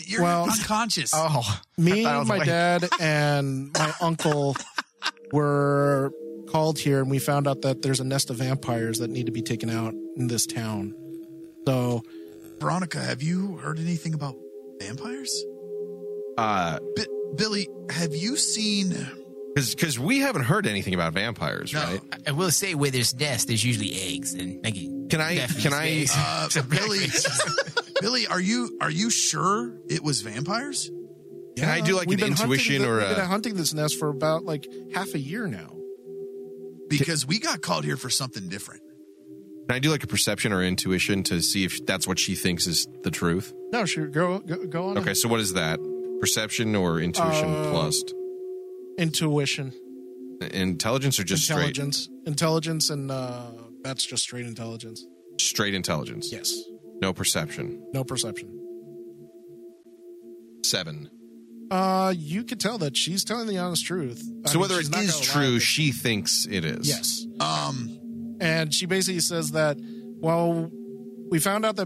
S11: You're unconscious.
S2: uh,
S8: Oh,
S7: me,
S11: I was
S7: my
S11: like-
S7: dad, and my uncle were called here, and we found out that there's a nest of vampires that need to be taken out in this town. So,
S1: Veronica, have you heard anything about vampires?
S2: Uh,
S1: B- Billy, have you seen?
S2: because we haven't heard anything about vampires, right?
S8: I will say where there's nests, there's usually eggs. And like,
S2: Can I? Can I?
S1: Uh, Billy, Billy, are you are you sure it was vampires?
S2: Can I do like an intuition
S7: hunting,
S2: or
S7: the- we've been
S2: a?
S7: hunting this nest for about like half a year now.
S1: Because we got called here for something different.
S2: Can I do like a perception or intuition to see if that's what she thinks is the truth?
S7: No, sure, go go, go on.
S2: Okay, so what is that? Perception or intuition
S7: Uh,
S2: plus
S7: Intuition,
S2: intelligence or just straight
S7: intelligence, intelligence, and uh, that's just straight intelligence.
S2: straight intelligence?
S7: Yes,
S2: No perception.
S7: no perception.
S2: Seven.
S7: Uh, you could tell that she's telling the honest truth. I
S2: so
S7: mean,
S2: whether
S7: she's
S2: it
S7: not
S2: is
S7: gonna lie.
S2: true, she thinks it is.
S7: Yes.
S1: Um,
S7: and she basically says that well we found out that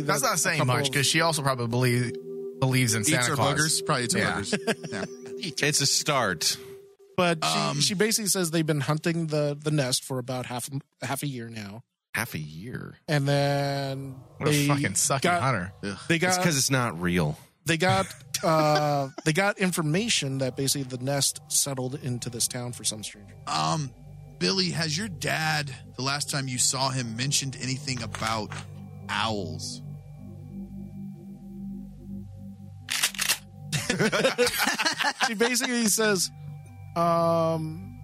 S11: That's
S7: that
S11: not
S7: a
S11: saying
S7: couple
S11: much
S7: of-
S11: because she also probably believe, believes in
S7: Eats
S11: Santa
S7: her
S11: Claus.
S7: boogers? Probably eats her
S1: boogers.
S2: It's a start.
S7: but she,
S11: um,
S7: she basically says they've been hunting the the nest for about half half a year now
S2: Half a year.
S7: and then
S11: What a
S7: they
S11: fucking sucky
S7: got-
S11: hunter.
S7: they
S2: It's
S7: got
S2: because it's not real.
S7: they got uh they got information that basically the nest settled into this town for some strange reason.
S1: Um, Billy, has your dad the last time you saw him mentioned anything about owls?
S7: she basically says um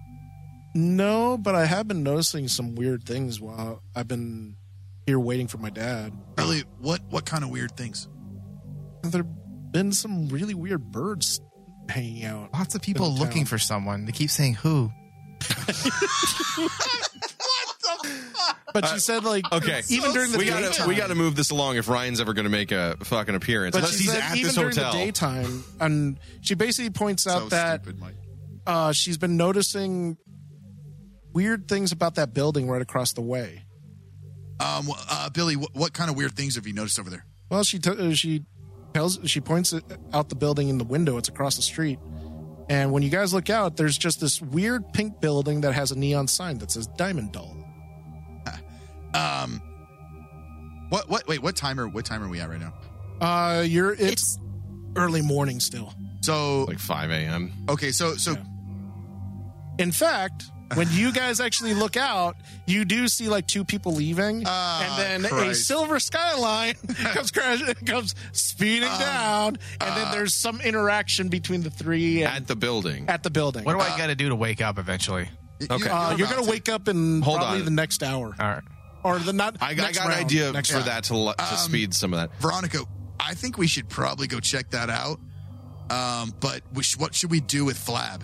S7: no but i have been noticing some weird things while i've been here waiting for my dad
S1: Billy, what what kind of weird things?
S7: there been some really weird birds hanging out.
S11: Lots of people looking for someone. They keep saying who.
S7: But she said like
S2: Uh, Okay.
S7: even during the
S2: we
S7: daytime,
S2: gotta we gotta move this along if Ryan's ever gonna make a fucking appearance.
S7: But
S2: Unless
S7: she
S2: he's
S7: said
S2: at
S7: even
S2: this
S7: during
S2: hotel.
S7: the daytime, and she basically points out that uh, she's been noticing weird things about that building right across the way.
S1: Um, uh, Billy, what, what kind of weird things have you noticed over there?
S7: Well, she t- uh, she tells she points it out the building in the window. It's across the street, and when you guys look out, there's just this weird pink building that has a neon sign that says Diamond Doll.
S1: Um, what what wait what timer what time are we at right now?
S7: Uh, you're it's early morning still.
S1: So
S2: like five a.m.
S1: Okay, so so
S7: In fact, when you guys actually look out, you do see like two people leaving, and then a
S1: Christ.
S7: silver skyline comes crashing, comes speeding down, and then there's some interaction between the three and,
S2: at the building.
S7: at the building.
S11: What do I got to do to wake up eventually?
S2: Okay.
S7: Uh, you're gonna wake up in
S2: Hold
S7: probably
S2: on.
S7: the next hour,
S11: All right.
S7: or the not.
S2: I, I got
S7: next
S2: an
S7: round,
S2: idea
S7: next
S2: for
S7: round.
S2: that to, lo- to
S1: Um,
S2: speed some of that.
S1: Veronica, I think we should probably go check that out. Um, but we sh- what should we do with Flab?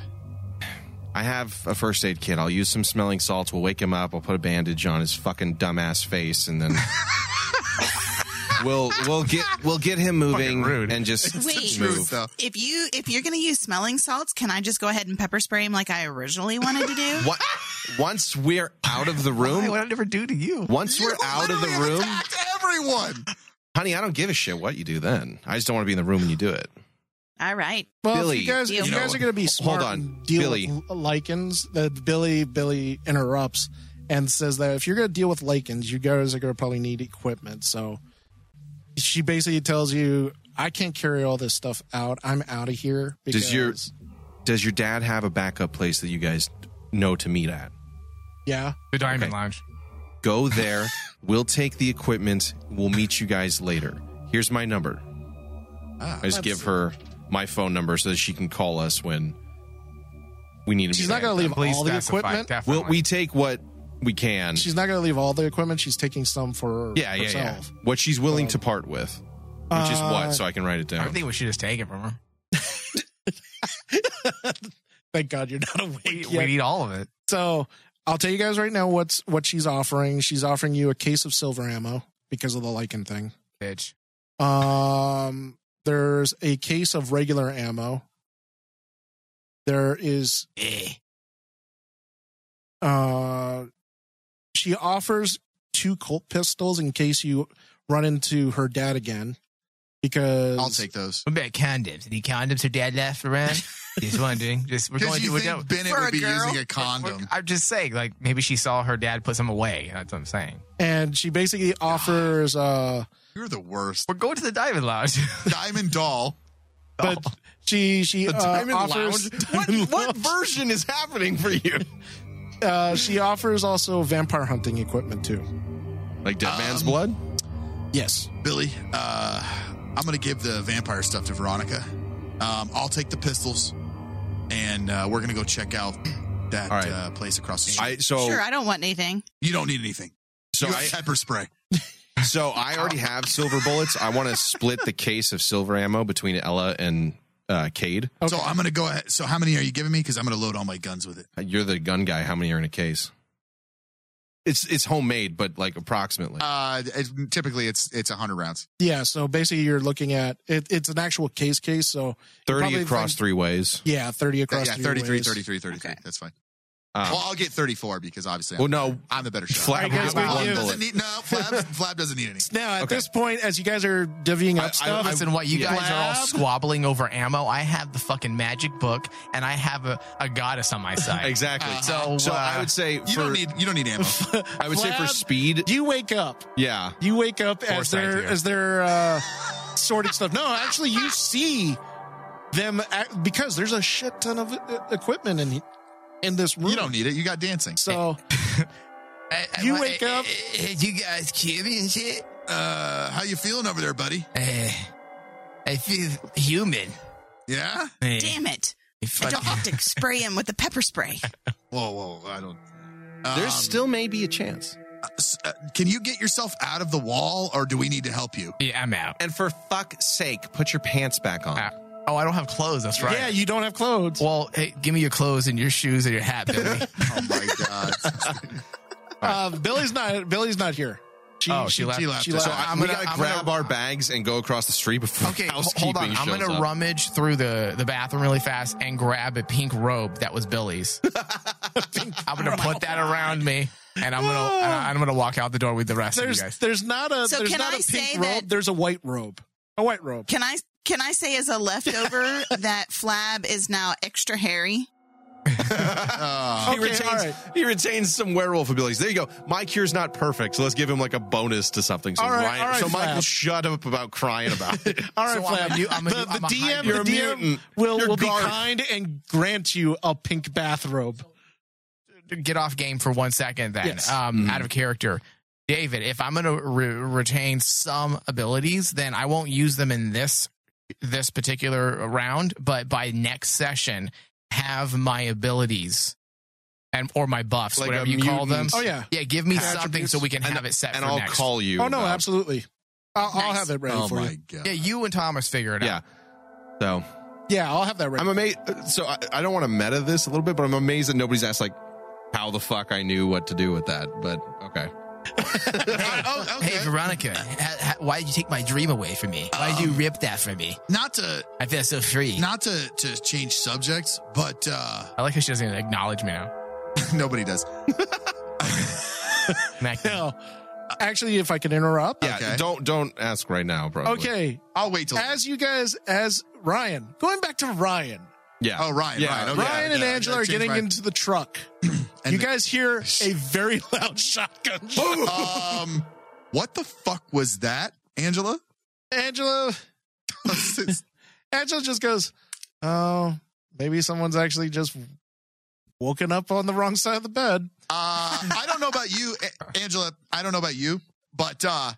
S2: I have a first aid kit. I'll use some smelling salts. We'll wake him up. I'll put a bandage on his fucking dumbass face, and then we'll we'll get we'll get him moving and just
S6: Wait,
S2: move.
S6: if you if you're gonna use smelling salts, can I just go ahead and pepper spray him like I originally wanted to do?
S2: What? Once we're out of the room,
S11: I never do to you?
S2: once we're out of the room,
S1: To everyone.
S2: honey, I don't give a shit what you do then. I just don't want to be in the room when you do it.
S6: All right.
S7: Well,
S2: Billy,
S7: if you guys, if
S2: you
S7: you
S2: know
S7: guys
S2: what?
S7: are going to be
S2: Hold
S7: smart
S2: on,
S7: and deal
S2: Billy.
S7: with l- lichens, the Billy Billy interrupts and says that if you're going to deal with lichens, you guys are going to probably need equipment. So she basically tells you, "I can't carry all this stuff out. I'm out of here."
S2: Does your does your dad have a backup place that you guys know to meet at?
S7: yeah?
S11: The Diamond Lounge.
S2: Go there. we'll take the equipment. We'll meet you guys later. Here's my number.
S7: Ah,
S2: I just give her my phone number so that she can call us when we need to.
S7: She's
S2: meet
S7: not
S2: at.
S7: going to leave
S11: Please
S7: all the
S11: specify,
S7: equipment.
S11: definitely.
S2: We'll, we take what we can.
S7: She's not going to leave all the equipment. She's taking some for
S2: yeah, yeah, yeah.
S7: herself.
S2: What she's willing to part with, which is
S7: Uh,
S2: what, so I can write it
S11: I
S2: down.
S11: think we should just take it from her.
S7: Thank God you're not awake.
S11: We,
S7: yet.
S11: we need all of it.
S7: So I'll tell you guys right now what's what she's offering. She's offering you a case of silver ammo because of the lichen thing.
S11: Bitch.
S7: Um, there's a case of regular ammo. There is
S8: eh.
S7: uh, she offers two Colt pistols in case you run into her dad again. Because
S1: I'll take those.
S8: What about condoms? Any condoms her dad left around? just wondering. Just we're going
S1: you
S8: to we're
S1: think
S8: done-
S1: Bennett
S8: For
S1: would be
S8: girl?
S1: using a condom.
S11: I'm just saying, like maybe she saw her dad put some away. That's what I'm saying.
S7: and she basically offers uh
S1: You're the worst.
S11: We're going to the diamond lounge.
S1: Diamond doll.
S7: but she she
S2: The
S7: uh,
S2: Diamond
S7: offers
S2: Lounge? What, what version is happening for you?
S7: uh, she offers also vampire hunting equipment too.
S2: Like Dead Man's Blood?
S7: Yes.
S1: Billy, uh, I'm going to give the vampire stuff to Veronica. Um, I'll take the pistols, and uh, we're going to go check out that
S2: All right.
S1: uh, place across the street.
S2: I so
S6: sure, I don't want anything.
S1: you don't need anything.
S2: so
S1: you have
S2: I
S1: pepper spray.
S2: so I already have silver bullets. I want to split the case of silver ammo between Ella and uh, Cade.
S1: So I'm going to go ahead. So how many are you giving me? Because I'm going to load all my guns with it.
S2: You're the gun guy. How many are in a case? It's it's homemade, but like approximately.
S1: Uh, it's, typically, it's it's 100 rounds.
S7: Yeah. So basically, you're looking at it, it's an actual case case. So
S2: Thirty
S7: probably
S2: across
S7: think-
S2: three ways.
S7: yeah, thirty across.
S1: yeah,
S7: three
S1: 33,
S7: ways.
S1: 33, 33. That's fine.
S2: Um,
S1: well, I'll get 34 because obviously I'm,
S2: well, no,
S1: I'm the better shot.
S2: Flab
S7: Alright, guys,
S2: will get
S7: we
S2: one
S7: give-
S2: bullet.
S1: doesn't need, no, Flab, Flab doesn't need any.
S7: Now at
S2: Okay.
S7: this point, as you guys are divvying up stuff,
S2: I-
S11: Listen, what you
S2: yeah.
S11: guys are all squabbling over ammo. I have the fucking magic book, and I have a, a goddess on my side.
S2: Exactly.
S11: So,
S2: so
S11: uh,
S2: I would say for
S1: You don't need you don't need ammo.
S2: I would say for
S7: Flab-
S2: speed,
S7: you wake up.
S2: yeah.
S7: You wake up as
S11: Foresight
S7: they're
S11: here.
S7: as they're uh, sorting stuff. No, actually, you see them ac- because there's a shit ton of uh, equipment in in this room.
S1: you don't need it. You got dancing.
S7: So
S8: I- I
S7: You
S8: want-
S7: wake up-
S8: eh, eh, you guys kill me and shit.
S1: Uh, how you feeling over there, buddy?
S8: Eh, I feel human.
S1: Yeah.
S8: Eh,
S6: Damn it.
S8: I
S6: I
S8: fuck-
S6: don't have to spray him with the pepper spray.
S1: Whoa, whoa. I don't.
S2: There's
S1: Um,
S2: still maybe a chance.
S1: S- uh, can you get yourself out of the wall or do we need to help you?
S11: yeah, I'm out.
S2: And for fuck's sake, put your pants back on.
S11: Uh, oh, I don't have clothes. That's right.
S7: yeah, you don't have clothes.
S11: Well, hey, give me your clothes and your shoes and your hat, Billy.
S1: Oh my god.
S7: uh, Billy's not Billy's not here. She,
S11: Oh, she left.
S1: She left.
S7: She
S1: us.
S7: left.
S2: So I,
S11: I'm
S2: we
S11: gonna-
S2: gotta
S11: I'm
S2: grab
S11: gonna-
S2: our bags and go across the street before
S11: Okay, ho-
S2: housekeeping
S11: hold on. I'm
S2: shows
S11: gonna
S2: up.
S11: rummage through the the bathroom really fast and grab a pink robe that was Billy's. I'm gonna put
S6: Oh
S11: that around me, and I'm gonna and I'm gonna walk out the door with the rest of
S7: there's
S11: you guys.
S7: there's not a
S6: So
S7: there's
S6: can
S7: not a
S6: I say
S7: pink robe.
S6: that-
S7: There's a white robe. A white robe.
S6: Can I can I say as a leftover that Flab is now extra hairy?
S1: Uh,
S2: he,
S7: Okay,
S2: retains,
S7: all right.
S2: he retains some werewolf abilities. There you go. My cure's not perfect, so let's give him like a bonus to something. So,
S7: All right,
S2: Ryan,
S7: all right,
S2: so Michael,
S7: Flab.
S2: shut up about crying about it.
S7: All right,
S11: So I'm a
S7: Flab.
S11: new- I'm a
S7: the
S11: new-
S7: the
S11: I'm a
S7: DM,
S11: hybrid.
S7: the
S2: You're a
S7: DM
S2: mutant.
S7: will,
S2: You're
S7: will be
S2: Garth.
S7: kind and grant you a pink bathrobe.
S11: Get off game for one second, then.
S7: Yes. Mm-hmm.
S11: Um, Out of character, David. If I'm gonna re- retain some abilities, then I won't use them in this this particular round. But by next session, have my abilities and or my buffs,
S2: Like
S11: whatever
S2: a
S11: you call them.
S2: mutant
S7: Oh yeah.
S11: Yeah, give me
S7: Attributes.
S11: something so we can
S2: And-
S11: have it set
S2: and
S11: for
S2: I'll
S11: next.
S2: call you.
S7: Oh no,
S2: about-
S7: absolutely. I'll, I'll
S11: Nice.
S7: have it ready
S1: oh
S7: for
S1: my
S7: you.
S1: god.
S11: Yeah, you and Thomas figure it
S2: Yeah.
S11: out.
S2: So
S7: Yeah, I'll have that ready.
S2: I'm amazed. So I, I don't want to meta this a little bit, but I'm amazed that nobody's asked like how the fuck I knew what to do with that. But okay.
S1: oh, okay.
S8: Hey, Veronica, ha, ha, why did you take my dream away from me? Why
S2: Um.
S8: did you rip that from me?
S1: Not to
S8: I feel so free.
S1: not to to change subjects, but uh
S11: I like how she doesn't even acknowledge me now.
S1: nobody does.
S11: Mac-
S7: No. Actually, if I can interrupt.
S2: Yeah.
S1: Okay.
S2: Don't don't ask right now, bro.
S7: Okay.
S1: I'll wait till
S7: As you guys, as Ryan, going back to Ryan,
S2: Yeah.
S1: Oh, Ryan,
S2: Yeah.
S1: Ryan, okay.
S7: Ryan and
S1: yeah,
S7: Angela
S1: I
S7: are
S1: changed
S7: getting
S1: my-
S7: into the truck.
S1: And
S7: you
S1: the-
S7: guys hear a very loud shotgun. shot.
S1: um what the fuck was that, Angela? Uh,
S7: Angela, Angela just goes, "Oh, maybe someone's actually just woken up on the wrong side of the bed."
S1: Uh, I don't know about you, A- Angela. I don't know about you, but uh,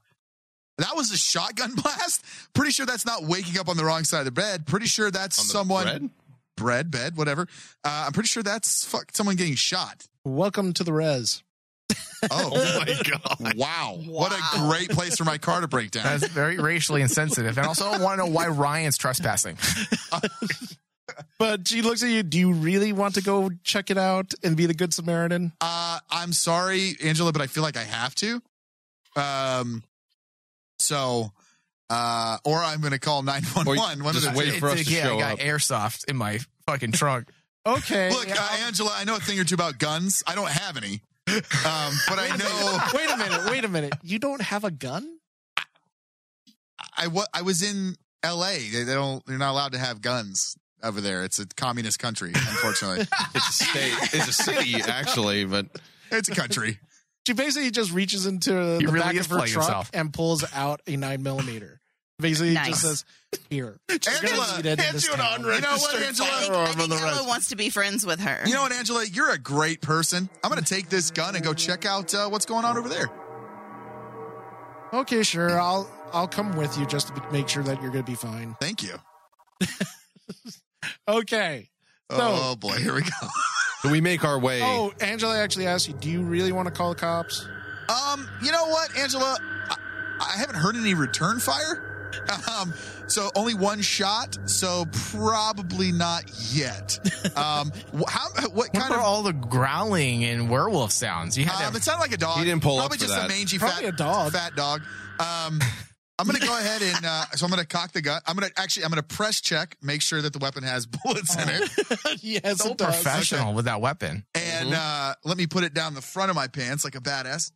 S1: that was a shotgun blast. Pretty sure that's not waking up on the wrong side of the bed. Pretty sure that's
S2: On the
S1: someone
S2: bread?
S1: bread, bed, whatever. Uh, I'm pretty sure that's fuck someone getting shot.
S7: Welcome to the res.
S1: Oh, my god! Wow. what a great place for my car to break down.
S11: That's very racially insensitive. And also, I want to know why Ryan's trespassing.
S7: But she looks at you. Do you really want to go check it out and be the good Samaritan?
S1: Uh, I'm sorry, Angela, but I feel like I have to. Um, so, uh, or I'm going to call nine one
S2: Or you
S1: one. One of
S2: just
S1: the
S2: wait
S1: two.
S2: for us
S11: It's-
S2: to
S11: yeah,
S2: show
S11: I got
S2: up.
S11: airsoft in my fucking trunk.
S7: Okay.
S1: Look, uh, Angela, I know a thing or two about guns. I don't have any, um, but I know.
S7: wait a minute. Wait a minute. You don't have a gun?
S1: I I, wa- I was in L.A. They, they don't. They're not allowed to have guns over there. It's a communist country, unfortunately.
S2: it's a state. It's a city, actually, but
S1: it's a country.
S7: She basically just reaches into
S11: He
S7: the
S11: really
S7: back
S11: is
S7: of her truck
S11: playing himself.
S7: and pulls out a nine millimeter. Basically,
S6: Nice.
S7: just says, "Here,
S1: Angela,
S7: hands you an
S1: You know what, Angela?
S6: I think Ella wants to be friends with her.
S1: You know what, Angela? You're a great person. I'm going to take this gun and go check out uh, what's going on over there.
S7: Okay, sure. I'll I'll come with you just to be- make sure that you're going to be fine.
S1: Thank you.
S7: Okay. So,
S1: oh boy, here we go.
S2: So we make our way.
S7: oh, Angela actually asked you, "Do you really want to call the cops?"
S1: Um, you know what, Angela? I, I haven't heard any return fire. Um, so only one shot. So probably not yet. Um, wh- how? What
S11: What
S1: kind
S11: were
S1: of?
S11: all the growling and werewolf sounds? You had to
S1: Um,
S11: have-
S1: it sounded like a dog.
S2: He didn't pull up
S1: Probably
S2: for
S1: just
S2: that.
S1: a mangy
S7: Probably
S1: fat
S7: a dog.
S1: Fat dog. Um, I'm gonna go ahead and uh, so I'm gonna cock the gun. I'm gonna actually I'm gonna press check, make sure that the weapon has bullets in
S6: Oh.
S1: it,
S7: yes,
S11: so
S7: it does.
S11: professional with that weapon.
S1: and
S2: Mm-hmm.
S1: uh, let me put it down the front of my pants like a badass.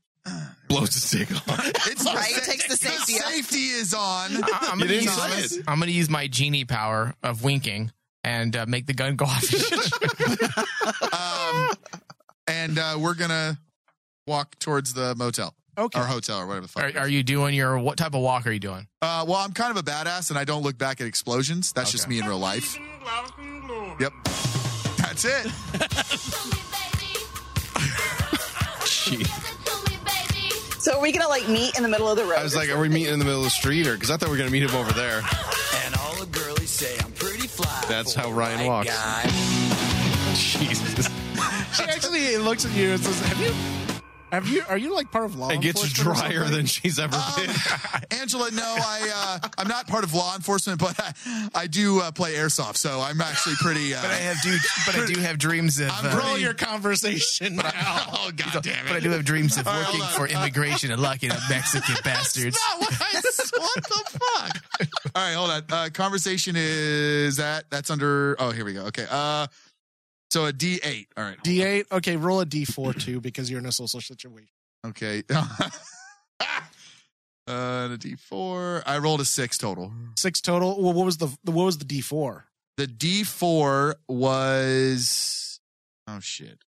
S2: blows the stick off.
S1: It's
S6: Right, it takes the safety out.
S1: safety is on.
S11: I- I'm
S2: You
S11: gonna,
S2: didn't
S11: use,
S2: say it.
S11: I'm gonna use my genie power of winking and uh, make the gun go off.
S1: Um, and uh, we're gonna walk towards the motel
S7: Okay.
S1: or hotel or whatever the fuck.
S11: are,
S1: it is.
S11: are you doing your what type of walk are you doing?
S1: Uh, well, I'm kind of a badass, and I don't look back at explosions. That's just me in real life. Yep, that's it.
S10: So are we gonna like meet in the middle of the road?
S2: I was like, are we meeting in the middle of the street or? Because I thought we were going to meet him over there.
S5: And all the girlies say I'm pretty fly.
S2: That's how Ryan walks. Jesus.
S7: She actually looks at you and says, "Have you? Have you? Are you like part of law?"
S2: It gets
S7: enforcement or
S2: drier
S7: something?"
S2: than she's ever been.
S1: Angela, no, I uh, I'm not part of law enforcement, but I, I do uh, play airsoft, so I'm actually pretty. Uh,
S11: But I have do, but I do have dreams of.
S1: I'm
S11: uh,
S7: Roll your conversation now.
S1: oh god damn
S11: but I
S1: it!
S11: do have dreams of
S1: All right,
S11: working
S1: hold on.
S11: for
S1: Uh,
S11: immigration and locking up Mexican bastards.
S1: Not what, I, what the fuck? All right, hold on. Uh, conversation is that that's under. Oh, here we go. Okay. Uh, so a D eight. All right.
S7: D8. Okay, roll a D4 too because you're in a social situation.
S1: Okay. uh, the D four. I rolled a six total.
S7: Six total. Well, what was the what was the D4?
S1: The D four was. Oh shit.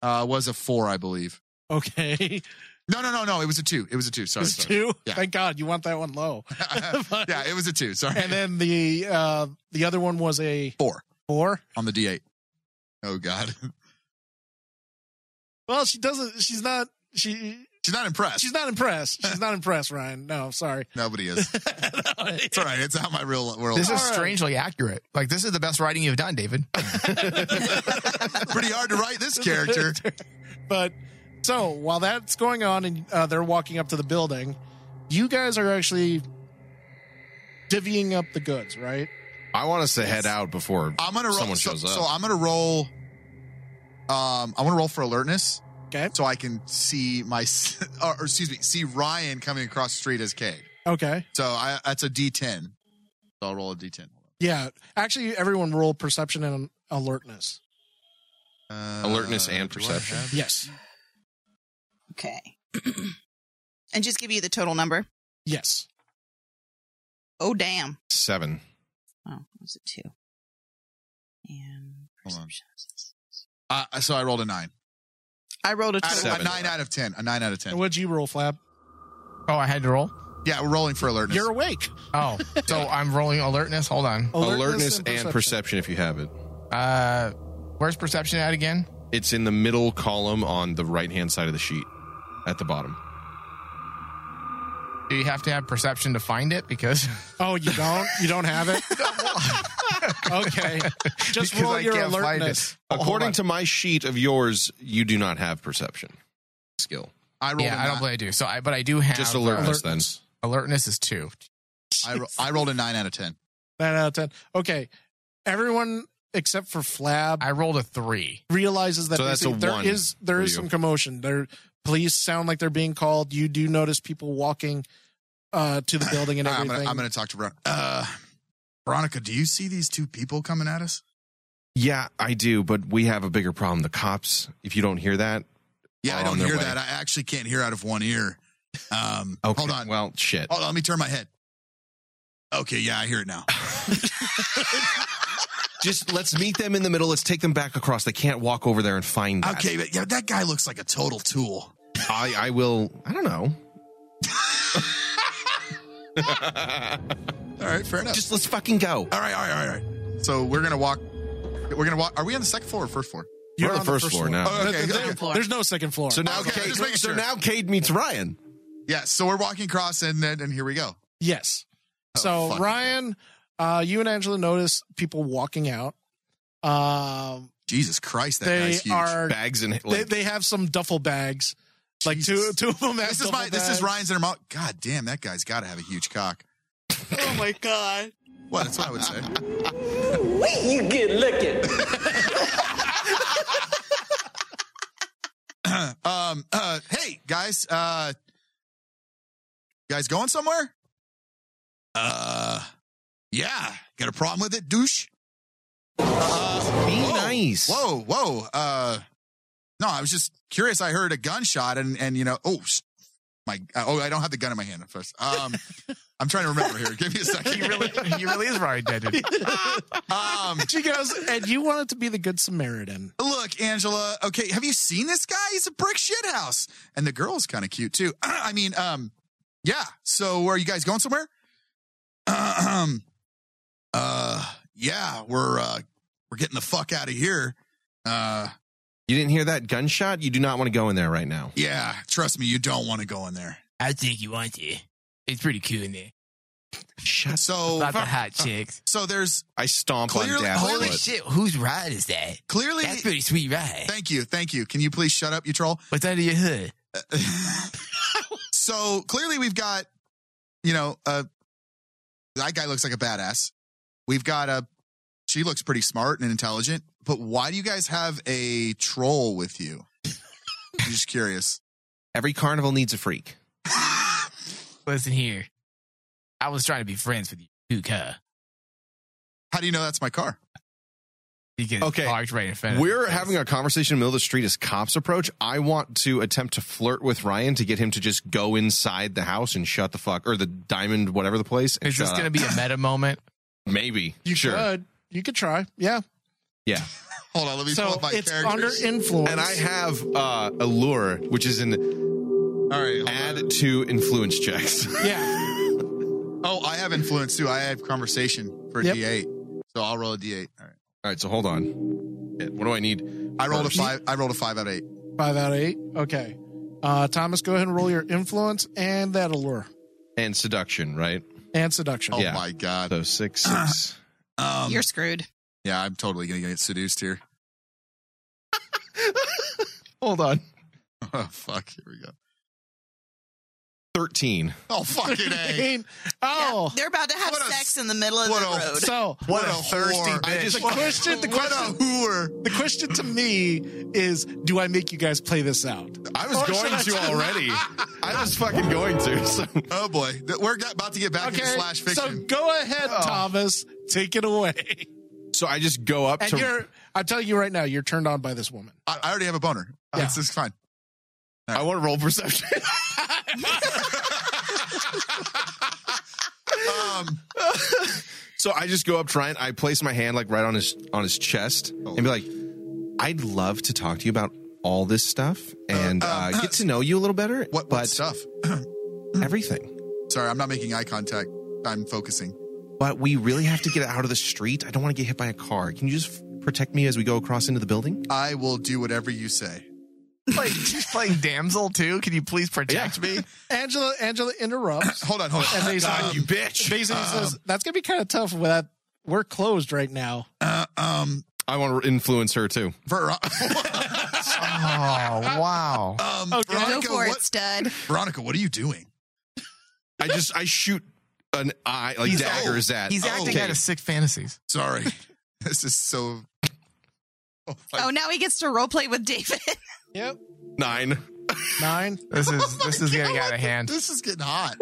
S1: Uh, was a four, I believe.
S7: Okay,
S1: No, no, no, no. It was a two. It was a two. Sorry.
S7: it's
S1: sorry.
S7: two.
S1: Yeah.
S7: Thank God you want that one low.
S1: yeah, it was a two. Sorry.
S7: And then the uh the other one was a
S1: four
S7: four.
S1: on the D8. Oh God,
S7: Well, she doesn't. She's not. She
S1: she's not impressed.
S7: she's not impressed. She's not impressed, Ryan. No, sorry.
S1: Nobody is. It's all right. It's not my real world.
S11: This is
S7: All right.
S11: strangely accurate. Like this is the best writing you've done, David.
S1: pretty hard to write this character.
S7: but so while that's going on and uh, they're walking up to the building, you guys are actually divvying up the goods, right?
S2: I want us to head out before
S1: I'm gonna roll.
S2: someone
S1: so,
S2: shows up.
S1: so I'm gonna roll. Um, I want to roll for alertness
S7: Okay.
S1: so I can see my, s- or, or excuse me, see Ryan coming across the street as Kay.
S7: Okay.
S1: So I that's a D10. So I'll roll a D10.
S7: Yeah. Actually, everyone roll perception and alertness.
S1: Uh,
S2: Alertness and
S1: do I have-
S2: perception.
S7: Yes.
S6: Okay. and just give you the total number.
S7: Yes.
S6: Oh damn.
S2: Seven.
S6: Oh, was it two? And
S1: Hold on.
S6: perception.
S1: Uh, so I rolled a nine.
S6: I rolled a
S1: Out of-
S6: total.
S2: Seven.
S1: a nine out of ten. A nine out of
S7: And
S1: ten.
S7: what'd you roll, Flab?
S11: oh, I had to roll.
S1: Yeah, we're rolling for alertness.
S7: You're awake.
S11: Oh, so I'm rolling alertness. Hold on.
S2: Alertness, and, perception. if you have it.
S11: Uh, where's perception at again?
S2: It's in the middle column on the right hand side of the sheet at the bottom.
S11: Do you have to have perception to find it? Because
S7: Oh, you don't? You don't have it? okay. Just
S11: because
S7: roll
S11: I
S7: your
S11: can't find it.
S7: alertness.
S11: Oh, hold
S2: According
S11: on.
S2: to my sheet of yours, you do not have perception skill.
S1: I rolled.
S11: yeah,
S1: a
S11: I don't
S1: nine.
S11: believe I do. So I, but I do have
S2: Just alertness,
S11: alert- Alertness is two.
S1: I, ro- I rolled a nine out of ten.
S7: Nine out of ten. Okay. Everyone except for Flab
S11: I rolled a three.
S7: realizes that
S2: So that's a
S7: basically there
S2: one
S7: is there
S2: for
S7: is
S2: you.
S7: some commotion. There police sound like they're being called. You do notice people walking uh to the building and
S1: All right, Ah, I'm
S7: everything.
S1: gonna, I'm gonna talk to Veronica. Uh, Veronica, do you see these two people coming at us?
S2: Yeah, I do, but we have a bigger problem. The cops, if you don't hear that.
S1: Yeah,
S2: are
S1: I
S2: on
S1: don't
S2: their
S1: hear
S2: Oh, way.
S1: that. I actually can't hear out of one ear. Um,
S2: Okay.
S1: Hold on. Oh.
S2: Well, shit.
S1: Hold on. Let me turn my head. Okay, yeah, I hear it now.
S2: Just let's meet them in the middle. Let's take them back across. They can't walk over there and find that.
S1: Okay, but yeah, that guy looks like a total tool.
S2: I, I will. I don't know.
S1: All right, fair enough.
S2: Just let's fucking go.
S1: All right, all right, all right, all right. So we're gonna walk. We're gonna walk. Are we on the second floor or first floor?
S2: You're on
S7: on
S2: the first, floor
S7: one.
S2: now.
S1: Oh, okay.
S7: There-
S1: okay.
S7: There's no second floor.
S2: So now,
S1: Okay,
S2: Cade,
S1: just making
S2: so
S1: sure.
S2: now Cade meets Ryan.
S1: Yeah. So we're walking across, and then and here we go.
S7: Yes.
S1: Oh,
S7: so
S1: fuck.
S7: Ryan, uh, you and Angela notice people walking out. Um,
S1: Jesus Christ, that
S7: they
S1: guy's huge.
S7: are
S2: Bags and
S7: they,
S2: like,
S7: they have some duffel bags. Like two
S1: Jesus.
S7: two of them. Have
S1: this is
S7: duffel
S1: my. This is
S7: bags.
S1: Ryan's inner mouth. God damn, that guy's got to have a huge cock.
S6: Oh my god.
S1: Well, that's what I would say.
S4: You get licking.
S1: um. Uh. Hey, guys. Uh. You guys going somewhere? Uh. Yeah. Got a problem with it, douche?
S2: be
S1: Whoa.
S2: nice.
S1: Whoa, whoa. Uh, no, I was just curious. I heard a gunshot, and and you know, oh sh- my, oh, I don't have the gun in my hand at first. Um, I'm trying to remember here. Give me a second.
S11: You really, you really is right, Denton.
S1: Um,
S7: She goes, and you wanted to be the good Samaritan.
S1: look, Angela. Okay, have you seen this guy? He's a brick shit house, and the girl's kind of cute too. I mean, um, yeah. So, are you guys going somewhere? Um, uh, yeah, we're uh, we're getting the fuck out of here. Uh.
S2: You didn't hear that gunshot? You do not want to go in there right now.
S1: Yeah, trust me, you don't want to go in there.
S8: I think you want to. It's pretty cool in there.
S2: Shut.
S1: So,
S8: About the hot chicks.
S1: so there's
S2: I stomp
S1: Clearly-
S2: on Dad's
S1: clearly-
S2: foot.
S8: Shit, whose ride is that?
S1: clearly.
S8: That's pretty sweet ride.
S1: Thank you, thank you. Can you please shut up, you troll?
S8: What's under your hood?
S1: So clearly, we've got, you know, uh, that guy looks like a badass. We've got a, she looks pretty smart and intelligent. But why do you guys have a troll with you? I'm just curious.
S2: Every carnival needs a freak.
S8: Listen here. I was trying to be friends with you, too, cuh,
S1: How do you know that's my car?
S8: Because
S2: Okay.
S8: okay. parked right in front of
S2: We're having a conversation in the middle of the street as cops approach. I want to attempt to flirt with Ryan to get him to just go inside the house and shut the fuck or the diamond, whatever the place. and
S11: Is this
S2: shut
S11: going to
S2: up.
S11: be a meta moment?
S2: maybe?
S7: You
S2: sure.
S7: could. You could try. Yeah.
S1: Hold on, let me pull
S7: So
S1: up my
S7: it's
S1: characters.
S7: under influence.
S2: And I have uh, allure, which is an
S1: All right, hold on.
S2: add to influence checks.
S7: yeah.
S1: Oh, I have influence too. I have conversation for a
S7: Yep.
S1: D8, so I'll roll a D8. All right,
S2: All right, so hold on. Shit, What do I need?
S1: I rolled a five. I rolled a five out of eight.
S7: Five out of eight. Okay. Uh, Thomas, go ahead and roll your influence and that allure
S2: And seduction, right?
S7: and seduction.
S1: Oh
S2: Yeah.
S1: my god.
S2: So six, six.
S1: Um,
S9: You're screwed.
S1: yeah, I'm totally gonna get seduced here.
S2: hold on.
S1: Oh fuck, here we go.
S2: 13.
S1: Oh fucking a.
S7: Oh,
S6: They're about to have
S1: What a-
S6: sex in the middle of the
S1: what a-
S6: road.
S7: so
S1: What, a
S11: thirsty
S1: whore.
S11: bitch.
S7: the question, the
S1: What a
S7: question,
S1: whore.
S7: the question to me is, do I make you guys play this out?
S2: I was
S7: Or should
S2: going
S7: I
S2: to
S7: just-
S2: already. I was fucking going to. So
S1: Oh boy, Th- we're got- about to get back into
S7: Okay.
S1: slash
S7: So
S1: fiction.
S7: go ahead, Thomas. Take it away.
S2: So I just go up
S7: And
S2: to
S7: you're, I'm telling you right now, you're turned on by this woman.
S1: I, I already have a boner. Uh,
S7: Yeah.
S1: This is fine.
S2: I want to roll perception.
S1: Um,
S2: so I just go up to Ryan. I place my hand like right on his on his chest and be like, "I'd love to talk to you about all this stuff and uh,
S1: uh,
S2: get to know you a little better.
S1: what, what
S2: but
S1: stuff?
S2: everything.
S1: Sorry, I'm not making eye contact. I'm focusing.
S2: But we really have to get out of the street. I don't want to get hit by a car. Can you just f- protect me as we go across into the building?
S1: I will do whatever you say.
S11: Like, she's playing damsel too. Can you please protect me?
S7: Angela, Angela interrupts.
S1: Hold on, hold on.
S7: And they
S1: Um,
S7: say,
S2: bitch.
S7: basically says, that's going to be kind of tough without, we're closed right now.
S1: uh, um,
S2: I want to influence her too.
S1: Ver-
S11: Oh wow!
S1: um,
S7: Okay.
S9: Go
S1: Veronica,
S9: for it,
S1: what,
S9: stud.
S1: Veronica, what are you doing?
S2: I just I shoot an eye like
S11: He's-
S2: daggers at.
S11: He's acting
S1: okay.
S11: out of sick fantasies.
S1: Sorry, this is so. Oh,
S9: Oh, now he gets to roleplay with David.
S7: Yep.
S2: nine.
S7: Nine.
S11: This is this is getting out of hand.
S1: This is getting hot.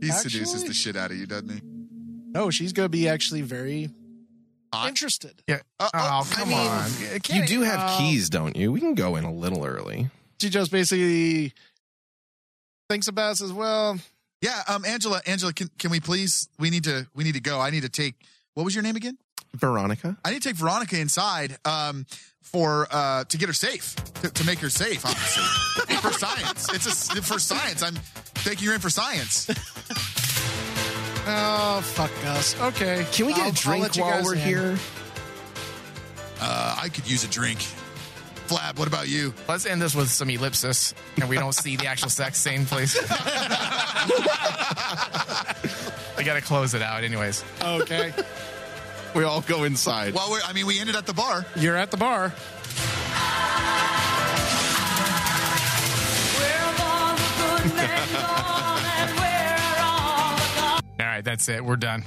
S1: He seduces
S7: Actually-
S1: the shit out of you, doesn't he?
S7: No, she's going to be actually very
S1: Hot.
S7: interested.
S11: Yeah.
S1: Uh,
S11: Oh come
S1: mean,
S11: on!
S2: You do have
S7: Um,
S2: keys, don't you? We can go in a little early.
S7: She just basically thinks about it, says, well,
S1: Yeah, um, Angela, Angela, can can we please? We need to we need to go. I need to take. What was your name again?
S2: Veronica.
S1: I need to take Veronica inside um, for uh, to get her safe to, to make her safe, obviously for science. It's a, for science. I'm taking her in for science. Uh,
S7: Oh, fuck us. Okay.
S2: Can we get
S7: I'll-
S2: a
S7: I'll
S2: drink
S7: let you
S2: while
S7: guys
S2: we're
S7: in.
S2: here?
S1: Uh, I could use a drink. Flab, what about you?
S8: Let's end this with some ellipsis, and we don't see the actual sex scene, please. I gotta close it out, anyways.
S7: Okay.
S2: We all go inside.
S1: Well, we're, I mean, we ended at the bar.
S7: You're at the bar.
S8: All right, that's it. We're done.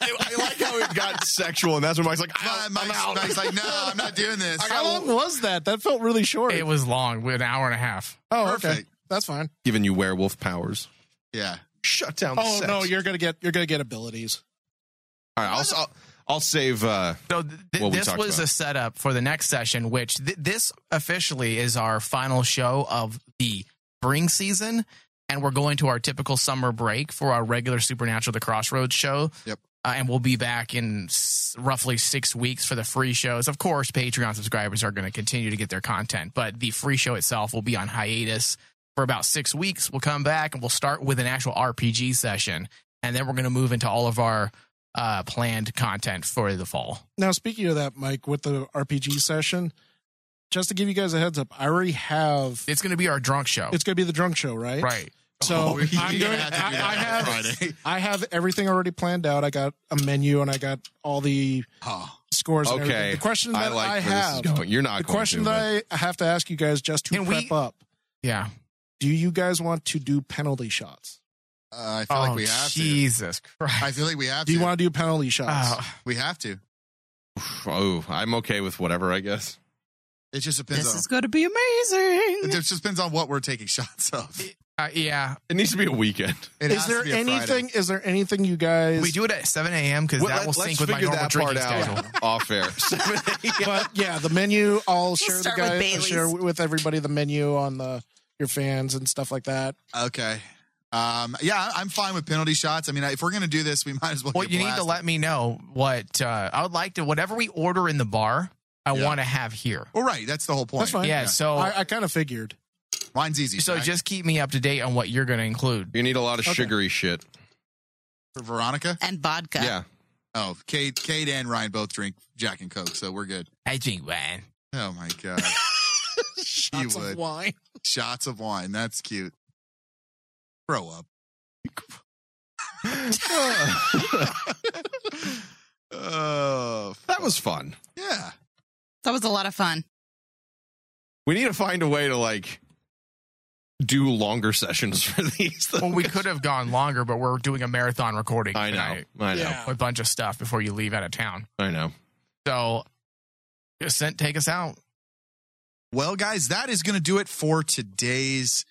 S2: I like how it got sexual, and that's when Mike's like,
S1: Uh, Mike's, Mike's like, no, I'm not doing this.
S7: How long was that? That felt really short.
S8: It was long, an hour and a half.
S7: oh, okay.
S1: Perfect.
S7: That's fine.
S2: giving you werewolf powers.
S1: Yeah.
S2: Shut down.
S7: Oh
S2: sex.
S7: no, you're gonna get you're gonna get abilities.
S2: All right, I'll, I'll I'll save. Uh,
S8: So th-
S2: What we
S8: this
S2: talked
S8: was
S2: about.
S8: a setup for the next session, which th- this officially is our final show of the spring season, and we're going to our typical summer break for our regular Supernatural: The Crossroads show.
S1: Yep.
S8: Uh, and we'll be back in s- roughly six weeks for the free shows. Of course, Patreon subscribers are going to continue to get their content, but the free show itself will be on hiatus for about six weeks. We'll come back and we'll start with an actual RPG session, and then we're going to move into all of our uh, planned content for the fall.
S7: Now speaking of that, Mike, with the RPG session, just to give you guys a heads up, I already have
S8: It's going to be our drunk show.
S7: it's gonna be the drunk show, right?
S8: right.
S7: So
S1: Oh, you're
S7: I'm
S1: gonna
S7: doing,
S1: have to do
S7: I,
S1: that
S7: I
S1: on
S7: have
S1: Friday.
S7: I have everything already planned out. I got a menu and I got all the
S1: Oh.
S7: scores. and everything.
S2: okay.
S7: The question that I,
S2: I like where this is
S7: have,
S2: going. You're not
S7: the question
S2: going to, but-
S7: that I have to ask you guys just to
S8: Can we-
S7: prep up:
S8: Yeah.
S7: Do you guys want to do penalty shots?
S1: Uh, I feel like we have to.
S8: Oh, Jesus Christ.
S1: I feel like we have
S7: Oh, Do you
S1: to.
S7: want to do penalty shots?
S8: Oh,
S1: we have to.
S2: Oh, I'm okay with whatever, I guess.
S1: It just depends
S6: This
S1: on.
S6: is going to be
S1: It
S6: amazing.
S1: just depends on what we're taking shots of. It
S8: uh, yeah.
S2: It needs to be a weekend.
S7: Is
S1: has
S7: there
S1: to be a Friday.
S7: anything? Is there anything you guys?
S8: We do it at 7 a.m. because that will sync with my normal drinking schedule.
S2: off air. Seven, eight,
S7: But yeah, the menu. I'll share the
S6: start with
S7: guy. I'll
S6: Bailey's.
S7: share with everybody the menu on the your fans and stuff like that.
S1: Okay. Um, yeah, I- I'm fine with penalty shots. I mean, I- if we're gonna do this, we might as well.
S8: Well,
S1: get
S8: you need to
S1: blasted.
S8: let me know what uh, I would like to, whatever we order in the bar, I
S1: Yeah.
S8: want to have here.
S1: Well, right, that's the whole point.
S7: That's fine.
S8: Yeah.
S2: Oh.
S8: So,
S7: I, I kind of figured.
S1: Mine's easy.
S8: so
S1: Zach.
S8: just keep me up to date on what you're going to include.
S2: you need a lot of
S7: Okay.
S2: sugary shit.
S1: for Veronica.
S6: And vodka.
S2: Yeah.
S1: Oh, Kate, Kate, and Ryan both drink Jack and Coke, so we're good.
S12: I drink wine.
S1: Oh my god,
S7: Shots
S1: would.
S7: of wine.
S1: shots of wine. That's cute. Grow up. Oh,
S2: That was fun.
S1: yeah.
S6: That was a lot of fun.
S2: We need to find a way to like do longer sessions for these.
S8: Well, we could have gone longer, but we're doing a marathon recording.
S2: I know. I
S8: tonight
S2: know.
S7: Yeah.
S8: with A bunch of stuff before you leave out of town.
S2: I know.
S8: So, just send, take us out.
S1: Well, guys, that is going to do it for today's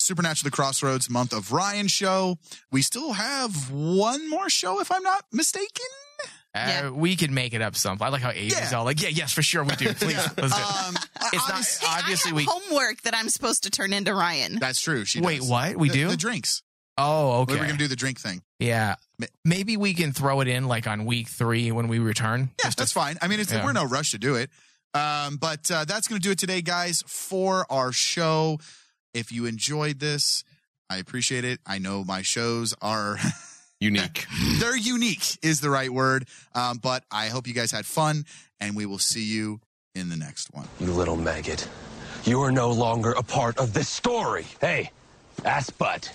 S1: Supernatural the Crossroads Month of Ryan show. We still have one more show, if I'm not mistaken.
S8: Uh,
S6: Yeah.
S8: We could make it up some. I like how Amy's
S1: Yeah.
S8: all like, yeah, yes, for sure we do. Please, let's do it.
S1: Um,
S8: It's not-
S1: obvious-
S6: Hey,
S8: Obviously
S6: I have
S8: we-
S6: homework that I'm supposed to turn into Ryan.
S1: that's true. She
S8: Wait,
S1: does.
S8: what? We
S1: The-
S8: do?
S1: the drinks.
S8: oh, okay.
S1: We were going to do the drink thing.
S8: yeah.
S1: Ma-
S8: Maybe we can throw it in like on week three when we return.
S1: Yeah, that's fine. I mean, it's,
S8: Yeah.
S1: we're in no rush to do it. Um, but uh, that's going to do it today, guys, for our show. If you enjoyed this, I appreciate it. I know my shows are
S2: Unique.
S1: they're unique is the right word. Um, but I hope you guys had fun, and we will see you in the next one.
S5: You little maggot. You are no longer a part of this story. Hey, ass butt.